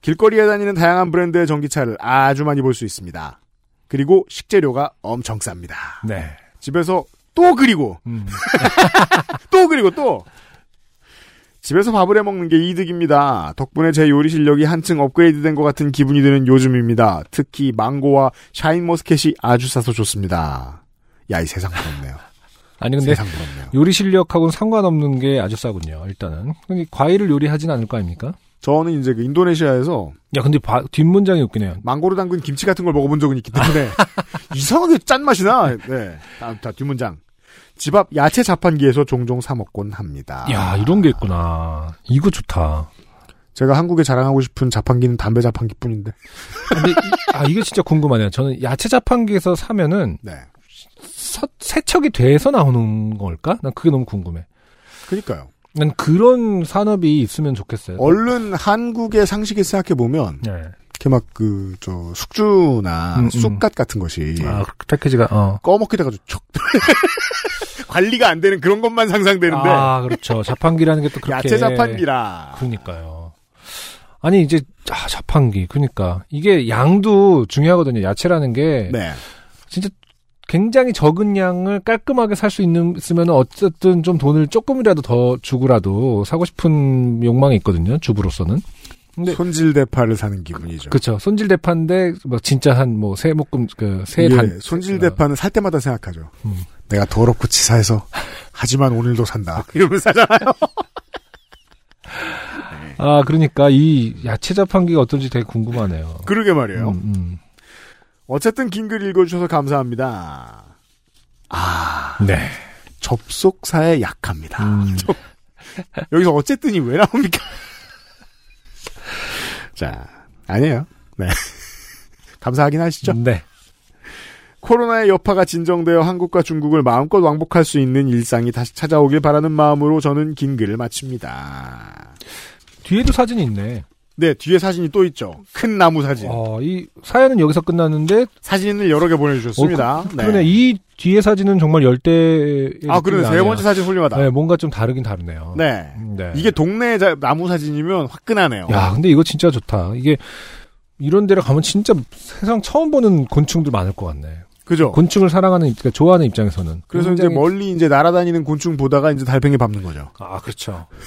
S1: 길거리에 다니는 다양한 브랜드의 전기차를 아주 많이 볼 수 있습니다. 그리고 식재료가 엄청 쌉니다.
S2: 네.
S1: 집에서 또 그리고,
S2: 음.
S1: 또 그리고 또! 집에서 밥을 해 먹는 게 이득입니다. 덕분에 제 요리 실력이 한층 업그레이드 된 것 같은 기분이 드는 요즘입니다. 특히 망고와 샤인머스켓이 아주 싸서 좋습니다. 야, 이 세상 부럽네요.
S2: 아니 근데
S1: 세상 부럽네요.
S2: 요리 실력하고는 상관없는 게 아주 싸군요. 일단은 근데 과일을 요리하진 않을 거 아닙니까?
S1: 저는 이제 그 인도네시아에서
S2: 야 근데 바- 뒷문장이 웃기네요.
S1: 망고로 담근 김치 같은 걸 먹어본 적은 있기 때문에 이상하게 짠맛이 나. 네. 다음, 자, 뒷문장. 집 앞 야채 자판기에서 종종 사 먹곤 합니다.
S2: 야 이런 게 있구나. 이거 좋다.
S1: 제가 한국에 자랑하고 싶은 자판기는 담배 자판기뿐인데.
S2: 근데 이, 아 이게 진짜 궁금하네요. 저는 야채 자판기에서 사면은
S1: 네.
S2: 서- 세척이 돼서 나오는 걸까? 난 그게 너무 궁금해.
S1: 그니까요.
S2: 난 그런 산업이 있으면 좋겠어요.
S1: 얼른 한국의 상식을 생각해 보면
S2: 네.
S1: 이렇게 막 그 저 숙주나
S2: 음, 음.
S1: 쑥갓 같은 것이
S2: 아 그 패키지가 어.
S1: 꺼먹게 돼가지고 척 관리가 안 되는 그런 것만 상상되는데
S2: 아 그렇죠. 자판기라는 게 또 그렇게
S1: 야채 자판기라.
S2: 그러니까요. 아니 이제 아, 자판기 그러니까 이게 양도 중요하거든요. 야채라는 게
S1: 네.
S2: 진짜 굉장히 적은 양을 깔끔하게 살 수 있는 있으면 어쨌든 좀 돈을 조금이라도 더 주고라도 사고 싶은 욕망이 있거든요. 주부로서는.
S1: 네.
S2: 근데
S1: 손질 대파를 사는 기분이죠.
S2: 네. 그렇죠. 손질 대파인데 뭐 진짜 한 뭐 세 묶음
S1: 예,
S2: 그세단 아.
S1: 손질 대파는 살 때마다 생각하죠.
S2: 음.
S1: 내가 더럽고 치사해서 하지만 오늘도 산다. 이러면 사잖아요.
S2: 아 그러니까 이 야채 자판기가 어떤지 되게 궁금하네요.
S1: 그러게 말이에요.
S2: 음, 음.
S1: 어쨌든 긴 글 읽어주셔서 감사합니다.
S2: 네.
S1: 접속사에 약합니다.
S2: 음.
S1: 여기서 어쨌든이 왜 나옵니까? 자, 아니에요. 네. 감사하긴 하시죠.
S2: 네.
S1: 코로나의 여파가 진정되어 한국과 중국을 마음껏 왕복할 수 있는 일상이 다시 찾아오길 바라는 마음으로 저는 긴 글을 마칩니다.
S2: 뒤에도 사진이 있네.
S1: 네, 뒤에 사진이 또 있죠. 큰 나무 사진.
S2: 어, 이 사연은 여기서 끝났는데
S1: 사진을 여러 개 보내주셨습니다. 네.
S2: 어, 그러네 이 뒤에 사진은 정말 열대
S1: 아, 그러네. 세 번째 사진 훌륭하다.
S2: 네, 뭔가 좀 다르긴 다르네요.
S1: 네.
S2: 네.
S1: 이게 동네 자- 나무 사진이면 화끈하네요.
S2: 야, 근데 이거 진짜 좋다. 이게 이런 데를 가면 진짜 세상 처음 보는 곤충들 많을 것 같네.
S1: 그죠.
S2: 곤충을 사랑하는 그러니까 좋아하는 입장에서는
S1: 그래서
S2: 굉장히-
S1: 이제 뭐- 멀리 이제 날아다니는 곤충 보다가 이제 달팽이 밟는 거죠.
S2: 아 그렇죠.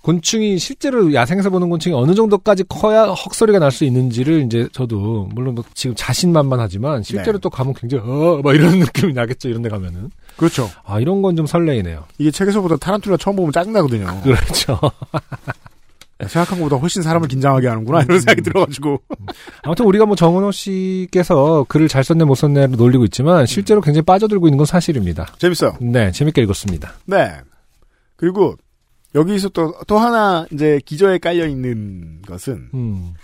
S2: 곤충이 실제로 야생에서 보는 곤충이 어느 정도까지 커야 헉소리가 날 수 있는지를 이제 저도 물론 뭐 지금 자신만만하지만 실제로
S1: 네.
S2: 또 가면 굉장히 어막 이런 느낌이 나겠죠 이런 데 가면은
S1: 그렇죠.
S2: 아 이런 건 좀 설레이네요.
S1: 이게 책에서보다 타란툴라 처음 보면 짜증나거든요. 네,
S2: 그렇죠.
S1: 생각한 것보다 훨씬 사람을 긴장하게 하는구나 이런 생각이 들어가지고
S2: 아무튼 우리가 뭐 정은호 씨께서 글을 잘 썼네 못 썼네로 놀리고 있지만 실제로 굉장히 빠져들고 있는 건 사실입니다.
S1: 재밌어요.
S2: 네, 재밌게 읽었습니다.
S1: 네. 그리고 여기서 또 또 하나 이제 기저에 깔려 있는 것은
S2: 음,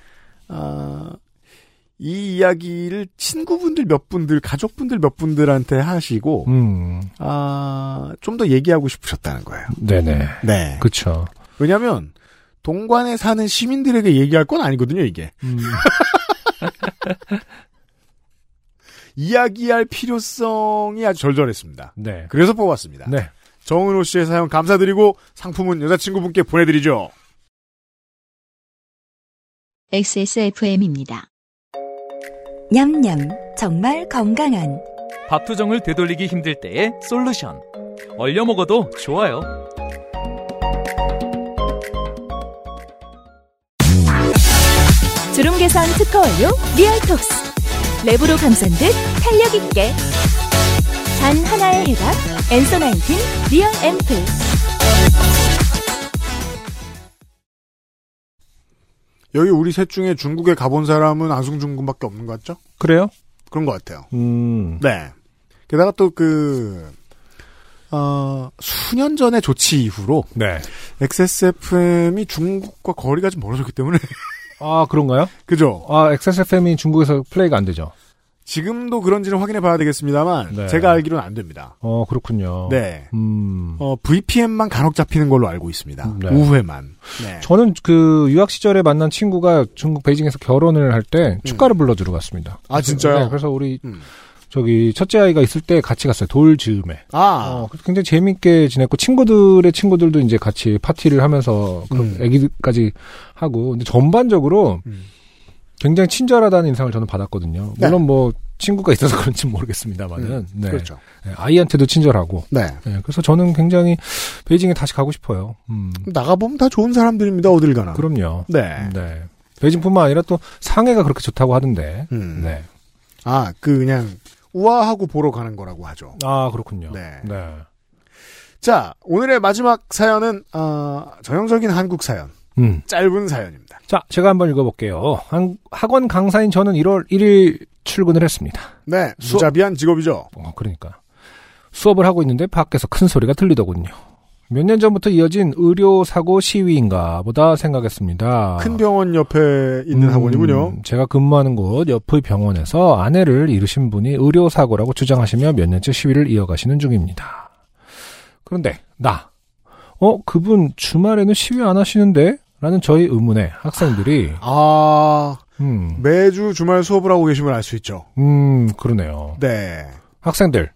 S1: 아, 이 이야기를 친구분들 몇 분들 가족분들 몇 분들한테 하시고
S2: 음,
S1: 아, 좀 더 얘기하고 싶으셨다는 거예요.
S2: 네네,
S1: 네.
S2: 그렇죠.
S1: 왜냐하면 동관에 사는 시민들에게 얘기할 건 아니거든요. 이게
S2: 음,
S1: 이야기할 필요성이 아주 절절했습니다.
S2: 네,
S1: 그래서 뽑았습니다.
S2: 네.
S1: 정은호 씨의 사연 감사드리고 상품은 여자친구분께 보내드리죠.
S4: XSFM입니다.
S6: 냠냠 정말 건강한
S5: 밥투정을 되돌리기 힘들 때의 솔루션. 얼려 먹어도 좋아요.
S11: 주름 개선 특허 완료 리얼톡스 랩으로 감싼 듯 탄력 있게 단 하나의 해답 엔소 나인틴 리얼 앰플
S1: 여기 우리 셋 중에 중국에 가본 사람은 안승준 군밖에 없는 것 같죠?
S2: 그래요?
S1: 그런 것 같아요.
S2: 음,
S1: 네. 게다가 또 그, 어, 수년 전의 조치 이후로
S2: 네.
S1: XSFM이 중국과 거리가 좀 멀어졌기 때문에.
S2: 아 그런가요?
S1: 그죠?
S2: 아 XSFM이 중국에서 플레이가 안 되죠.
S1: 지금도 그런지는 확인해 봐야 되겠습니다만,
S2: 네.
S1: 제가 알기로는 안 됩니다.
S2: 어 그렇군요.
S1: 네.
S2: 음.
S1: 어, VPN만 간혹 잡히는 걸로 알고 있습니다.
S2: 네.
S1: 우회만. 네.
S2: 저는 그 유학 시절에 만난 친구가 중국 베이징에서 결혼을 할 때 축가를 불러 주러 갔습니다.
S1: 음. 아, 진짜요?
S2: 네, 그래서 우리
S1: 음.
S2: 저기 첫째 아이가 있을 때 같이 갔어요. 돌 즈음에.
S1: 아,
S2: 어, 그래서 굉장히 재밌게 지냈고 친구들의 친구들도 이제 같이 파티를 하면서 그
S1: 음.
S2: 애기까지 하고 근데 전반적으로
S1: 음.
S2: 굉장히 친절하다는 인상을 저는 받았거든요.
S1: 네.
S2: 물론 뭐 친구가 있어서 그런지 는 모르겠습니다만은
S1: 음,
S2: 네.
S1: 그렇죠.
S2: 네, 아이한테도 친절하고
S1: 네.
S2: 네, 그래서 저는 굉장히 베이징에 다시 가고 싶어요. 음,
S1: 나가보면 다 좋은 사람들입니다, 어딜 가나.
S2: 그럼요.
S1: 네.
S2: 네. 베이징뿐만 아니라 또 상해가 그렇게 좋다고 하던데.
S1: 음.
S2: 네.
S1: 아, 그, 그냥, 우아하고 보러 가는 거라고 하죠.
S2: 아 그렇군요.
S1: 네.
S2: 네.
S1: 자, 오늘의 마지막 사연은, 아, 전형적인 한국 사연.
S2: 음.
S1: 짧은 사연입니다.
S2: 자, 제가 한번 읽어볼게요. 한- 학원 강사인 저는 1월 1일 출근을 했습니다.
S1: 네,
S2: 수업-
S1: 무자비한 직업이죠.
S2: 어, 그러니까. 수업을 하고 있는데 밖에서 큰 소리가 들리더군요. 몇 년 전부터 이어진 의료사고 시위인가 보다 생각했습니다.
S1: 큰 병원 옆에 있는
S2: 아. 음,
S1: 학원이군요.
S2: 제가 근무하는 곳 옆의 병원에서 아내를 잃으신 분이 의료사고라고 주장하시며 몇 년째 시위를 이어가시는 중입니다. 그런데, 나. 어, 그분 주말에는 시위 안 하시는데? 라는 저희 의문에 학생들이,
S1: 아,
S2: 음,
S1: 매주 주말 수업을 하고 계시면 알 수 있죠.
S2: 음, 그러네요.
S1: 네.
S2: 학생들,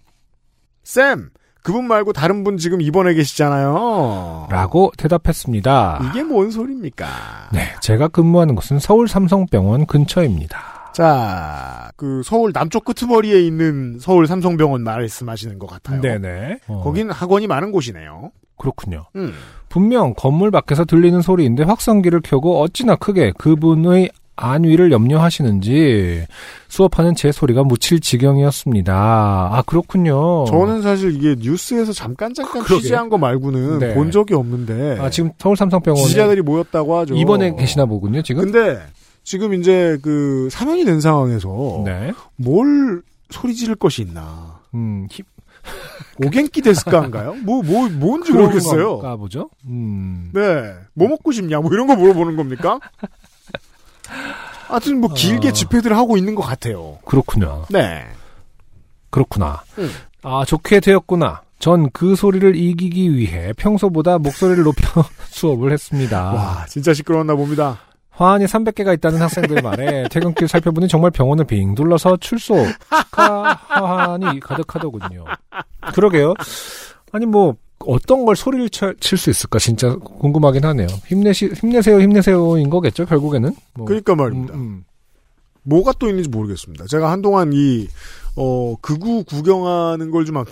S1: 쌤! 그분 말고 다른 분 지금 입원해 계시잖아요. 음.
S2: 라고 대답했습니다.
S1: 이게 뭔 소리입니까?
S2: 네, 제가 근무하는 곳은 서울 삼성병원 근처입니다.
S1: 자, 그 서울 남쪽 끄트머리에 있는 서울 삼성병원 말씀하시는 것 같아요.
S2: 네네.
S1: 거긴 학원이 많은
S2: 어,
S1: 곳이네요.
S2: 그렇군요.
S1: 음.
S2: 분명 건물 밖에서 들리는 소리인데 확성기를 켜고 어찌나 크게 그분의 안위를 염려하시는지 수업하는 제 소리가 묻힐 지경이었습니다. 아 그렇군요.
S1: 저는 사실 이게 뉴스에서 잠깐 잠깐
S2: 아, 그러게.
S1: 취재한 거 말고는
S2: 네.
S1: 본 적이 없는데
S2: 아, 지금 서울 삼성병원에
S1: 지지자들이 모였다고 하죠.
S2: 입원해 계시나 보군요 지금.
S1: 근데 지금 이제 그 사면이 된 상황에서
S2: 네.
S1: 뭘 소리 지를 것이 있나?
S2: 음, 힙-
S1: 오갱기 데스카인가요? 뭐, 뭐, 뭔지
S2: 그런
S1: 모르겠어요.
S2: 건가 보죠. 음.
S1: 네. 뭐 먹고 싶냐? 뭐 이런 거 물어보는 겁니까? 하여튼 뭐 길게
S2: 어.
S1: 집회들을 하고 있는 것 같아요.
S2: 그렇군요.
S1: 네.
S2: 그렇구나.
S1: 음.
S2: 아, 좋게 되었구나. 전 그 소리를 이기기 위해 평소보다 목소리를 높여 수업을 했습니다.
S1: 와, 진짜 시끄러웠나 봅니다.
S2: 화환이 300개가 있다는 학생들 말에 퇴근길 살펴보니 정말 병원을 빙 둘러서 출소 카 화환이 가득하더군요. 그러게요. 아니 뭐 어떤 걸 소리를 칠 수 있을까 진짜 궁금하긴 하네요. 힘내시 힘내세요 힘내세요인 거겠죠 결국에는. 뭐,
S1: 그러니까 말입니다.
S2: 음, 음.
S1: 뭐가 또 있는지 모르겠습니다. 제가 한동안 이, 어, 극우 구경하는 걸 좀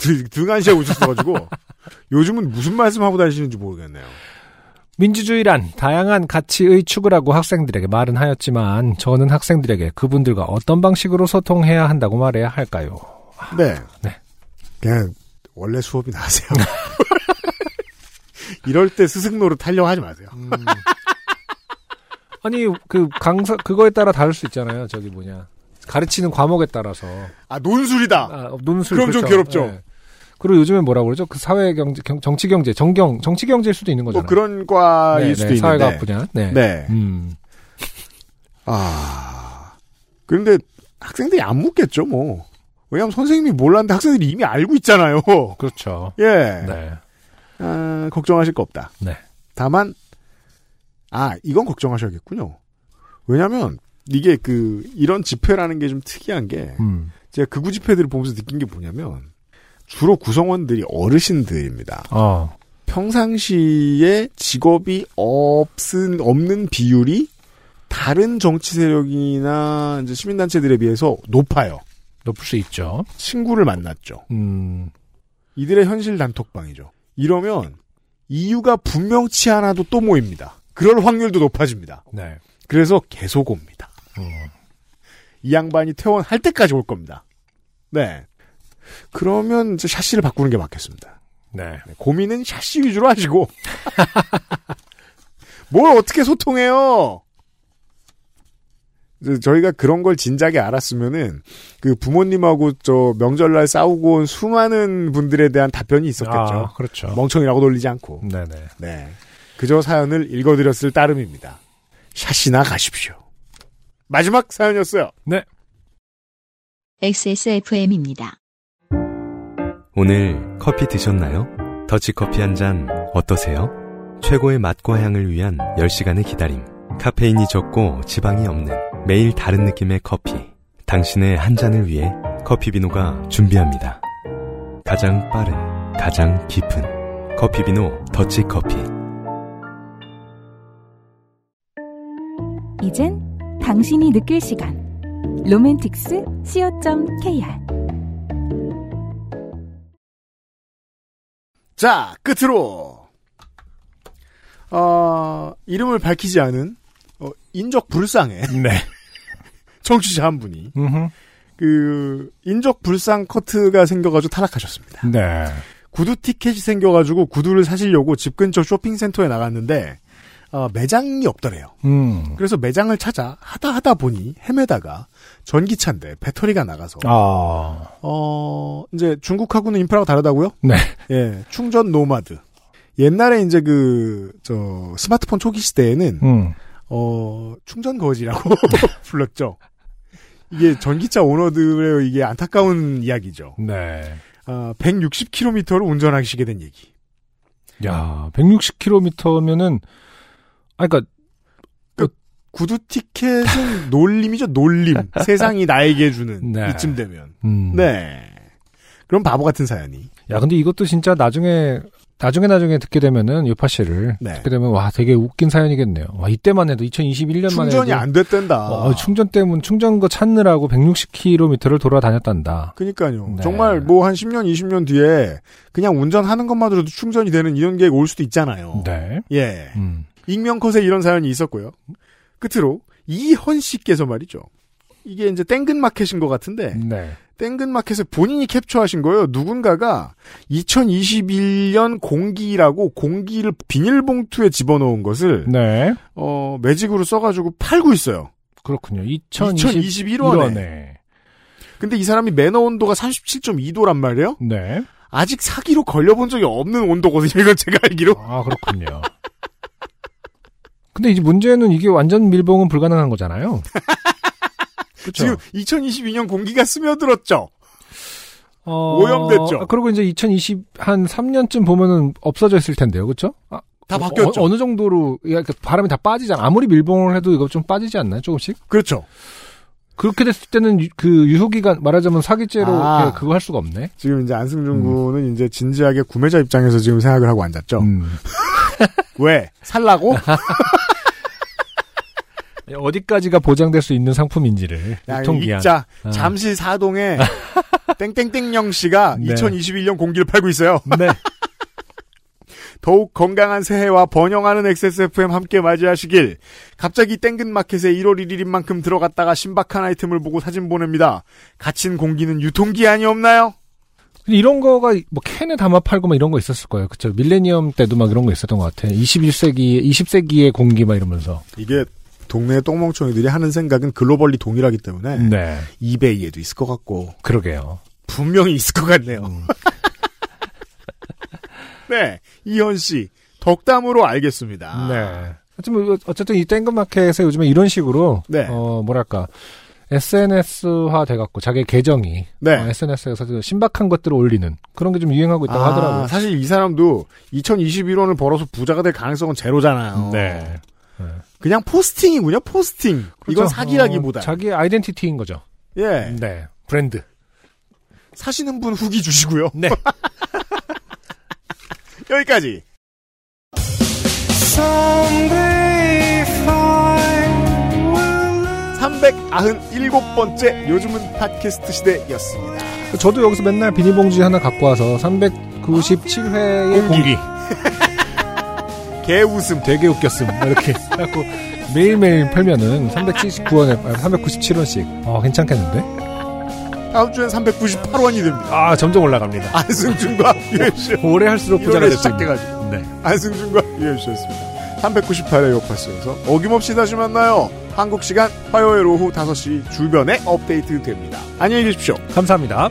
S1: 등한시하고 있었어가지고, 요즘은 무슨 말씀하고 다니시는지 모르겠네요.
S2: 민주주의란 다양한 가치의 추구라고 학생들에게 말은 하였지만 저는 학생들에게 그분들과 어떤 방식으로 소통해야 한다고 말해야 할까요?
S1: 네. 네. 그냥 원래 수업이 나세요. 이럴 때 스승 노릇 하려고 하지 마세요. 음.
S2: 아니 그 강사 그거에 따라 다를 수 있잖아요. 저기 뭐냐 가르치는 과목에 따라서
S1: 아 논술이다.
S2: 아, 논술
S1: 그럼
S2: 그렇죠.
S1: 좀 괴롭죠.
S2: 네. 그리고 요즘에 뭐라고 그러죠? 그 사회 경제, 경, 정치 경제, 정경, 정치 경제일 수도 있는 거잖아요.
S1: 뭐 그런 과일
S2: 네,
S1: 수도
S2: 네,
S1: 있는데.
S2: 사회과학 분야. 네.
S1: 네.
S2: 음.
S1: 아. 그런데 학생들이 안 묻겠죠, 뭐. 왜냐면 하 선생님이 몰랐는데 학생들이 이미 알고 있잖아요.
S2: 그렇죠.
S1: 예.
S2: 네.
S1: 아, 걱정하실 거 없다.
S2: 네.
S1: 다만, 아, 이건 걱정하셔야겠군요. 왜냐면, 하 이게 그, 이런 집회라는 게 좀 특이한 게,
S2: 음.
S1: 제가 극우 집회들을 보면서 느낀 게 뭐냐면, 주로 구성원들이 어르신들입니다.
S2: 어.
S1: 평상시에 직업이 없은, 없는 비율이 다른 정치 세력이나 이제 시민단체들에 비해서 높아요.
S2: 높을 수 있죠.
S1: 친구를 만났죠.
S2: 음.
S1: 이들의 현실 단톡방이죠. 이러면 이유가 분명치 않아도 또 모입니다. 그럴 확률도 높아집니다.
S2: 네.
S1: 그래서 계속 옵니다. 이 양반이 퇴원할 때까지 올 겁니다. 네. 그러면 이제 샤시를 바꾸는 게 맞겠습니다.
S2: 네.
S1: 고민은 샤시 위주로 하시고. 뭘 어떻게 소통해요? 이제 저희가 그런 걸 진작에 알았으면은 그 부모님하고 저 명절날 싸우고 온 수많은 분들에 대한 답변이 있었겠죠. 뭐
S2: 아, 그렇죠.
S1: 멍청이라고 놀리지 않고.
S2: 네네.
S1: 네. 그저 사연을 읽어드렸을 따름입니다. 샷이나 가십시오. 마지막 사연이었어요.
S2: 네.
S4: XSFM입니다.
S10: 오늘 커피 드셨나요? 더치커피 한 잔 어떠세요? 최고의 맛과 향을 위한 10시간의 기다림. 카페인이 적고 지방이 없는 매일 다른 느낌의 커피. 당신의 한 잔을 위해 커피비노가 준비합니다. 가장 빠른, 가장 깊은 커피비노 더치커피.
S7: 이젠 당신이 느낄 시간. 로맨틱스 co.kr
S1: 자, 끝으로, 어, 이름을 밝히지 않은, 어, 인적 불상의. 청취자 한 분이,
S2: 음흠.
S1: 그, 인적 불상 커트가 생겨가지고 타락하셨습니다.
S2: 네.
S1: 구두 티켓이 생겨가지고 구두를 사시려고 집 근처 쇼핑센터에 나갔는데, 어, 매장이 없더래요.
S2: 음.
S1: 그래서 매장을 찾아 하다 하다 보니 헤매다가 전기차인데 배터리가 나가서
S2: 아.
S1: 어 이제 중국하고는 인프라가 다르다고요?
S2: 네.
S1: 예 충전 노마드 옛날에 이제 그 저 스마트폰 초기 시대에는
S2: 음.
S1: 어 충전 거지라고 불렀죠. 이게 전기차 오너들의 이게 안타까운 이야기죠.
S2: 네.
S1: 아 160km를 운전하시게 된 얘기.
S2: 야, 160km면은, 아, 그니까,
S1: 구두 티켓은 놀림이죠, 놀림. 세상이 나에게 주는
S2: 네.
S1: 이쯤 되면.
S2: 음.
S1: 네. 그럼 바보 같은 사연이.
S2: 야, 근데 이것도 진짜 나중에, 나중에 나중에 듣게 되면은, 요파 씨를.
S1: 네.
S2: 듣게 되면, 와, 되게 웃긴 사연이겠네요. 와, 이때만 해도, 2021년만 해도.
S1: 충전이 안 됐단다.
S2: 어, 충전 때문, 충전거 찾느라고 160km를 돌아다녔단다.
S1: 그니까요.
S2: 네.
S1: 정말 뭐 한 10년, 20년 뒤에 그냥 운전하는 것만으로도 충전이 되는 이런 계획 올 수도 있잖아요.
S2: 네.
S1: 예.
S2: 음.
S1: 익명컷에 이런 사연이 있었고요. 끝으로 이현 씨께서 말이죠. 이게 이제 땡근 마켓인 것 같은데
S2: 네.
S1: 땡근 마켓에 본인이 캡처하신 거예요. 누군가가 2021년 공기라고 공기를 비닐봉투에 집어넣은 것을
S2: 네.
S1: 어, 매직으로 써가지고 팔고 있어요.
S2: 그렇군요.
S1: 2021
S2: 2021년에.
S1: 근데 이 사람이 매너 온도가 37.2도란 말이에요?
S2: 네.
S1: 아직 사기로 걸려본 적이 없는 온도거든요. 이건 제가 알기로.
S2: 아, 그렇군요. 근데 이제 문제는 이게 완전 밀봉은 불가능한 거잖아요.
S1: 지금
S2: 그렇죠.
S1: 2022년 공기가 스며들었죠.
S2: 어,
S1: 오염됐죠.
S2: 아, 그리고 이제 2020 한 3년쯤 보면은 없어져 있을 텐데요, 그렇죠? 아,
S1: 다 바뀌었죠.
S2: 어, 느 정도로 야, 그 바람이 다 빠지잖아. 아무리 밀봉을 해도 이거 좀 빠지지 않나요, 조금씩?
S1: 그렇죠.
S2: 그렇게 됐을 때는 유- 그 유효기간 말하자면 사기죄로
S1: 아.
S2: 그냥 그거 할 수가 없네.
S1: 지금 이제
S2: 음.
S1: 안승준 군은 이제 진지하게 구매자 입장에서 지금 생각을 하고 앉았죠.
S2: 음.
S1: 왜? 살라고?
S2: 어디까지가 보장될 수 있는 상품인지를
S1: 야,
S2: 유통기한.
S1: 읽자.
S2: 아.
S1: 잠시 사동에 땡땡땡영 씨가
S2: 네.
S1: 2021년 공기를 팔고 있어요.
S2: 네.
S1: 더욱 건강한 새해와 번영하는 XSFM 함께 맞이하시길. 갑자기 땡근 마켓에 1월 1일인 만큼 들어갔다가 신박한 아이템을 보고 사진 보냅니다. 갇힌 공기는 유통기한이 없나요?
S2: 근데 이런 거가 뭐 캔에 담아 팔고 막 이런 거 있었을 거예요. 그쵸. 밀레니엄 때도 막 이런 거 있었던 것 같아요. 21세기, 20세기의 공기 막 이러면서.
S1: 이게 동네 똥멍청이들이 하는 생각은 글로벌리 동일하기 때문에
S2: 네.
S1: 이베이에도 있을 것 같고
S2: 그러게요.
S1: 분명히 있을 것 같네요. 네, 이현 씨 덕담으로 알겠습니다.
S2: 네. 하지만 이거 어쨌든 이 땡그마켓에 요즘에 이런 식으로
S1: 네.
S2: 어 뭐랄까 SNS화 돼갖고 자기 계정이 어,
S1: 네.
S2: SNS에서 그 신박한 것들을 올리는 그런 게 좀 유행하고 있다고
S1: 아,
S2: 하더라고요.
S1: 사실 이 사람도 2021원을 벌어서 부자가 될 가능성은 제로잖아요.
S2: 네.
S1: 그냥 포스팅이군요. 포스팅. 이건
S2: 그렇죠.
S1: 사기라기보다.
S2: 어, 자기 아이덴티티인 거죠.
S1: 예.
S2: 네. 브랜드.
S1: 사시는 분 후기 주시고요.
S2: 네.
S1: 여기까지. (397번째) 요즘은 팟캐스트 시대였습니다.
S2: 저도 여기서 맨날 비닐봉지 하나 갖고 와서 397회의 공기.
S1: 개웃음.
S2: 되게 웃겼음. 이렇게 해갖고 매일매일 팔면은 379원에, 397원씩. 어, 괜찮겠는데?
S1: 다음 주엔 398원이 됩니다.
S2: 아, 점점 올라갑니다.
S1: 안승준과 유현씨
S2: 오래 할수록 부자가
S1: 이번에
S2: 될수 있는.
S1: 시작돼가지고
S2: 네.
S1: 안승준과 유현씨였습니다. 398회 요파스에서 어김없이 다시 만나요. 한국 시간 화요일 오후 5시 주변에 업데이트 됩니다. 안녕히 계십시오.
S2: 감사합니다.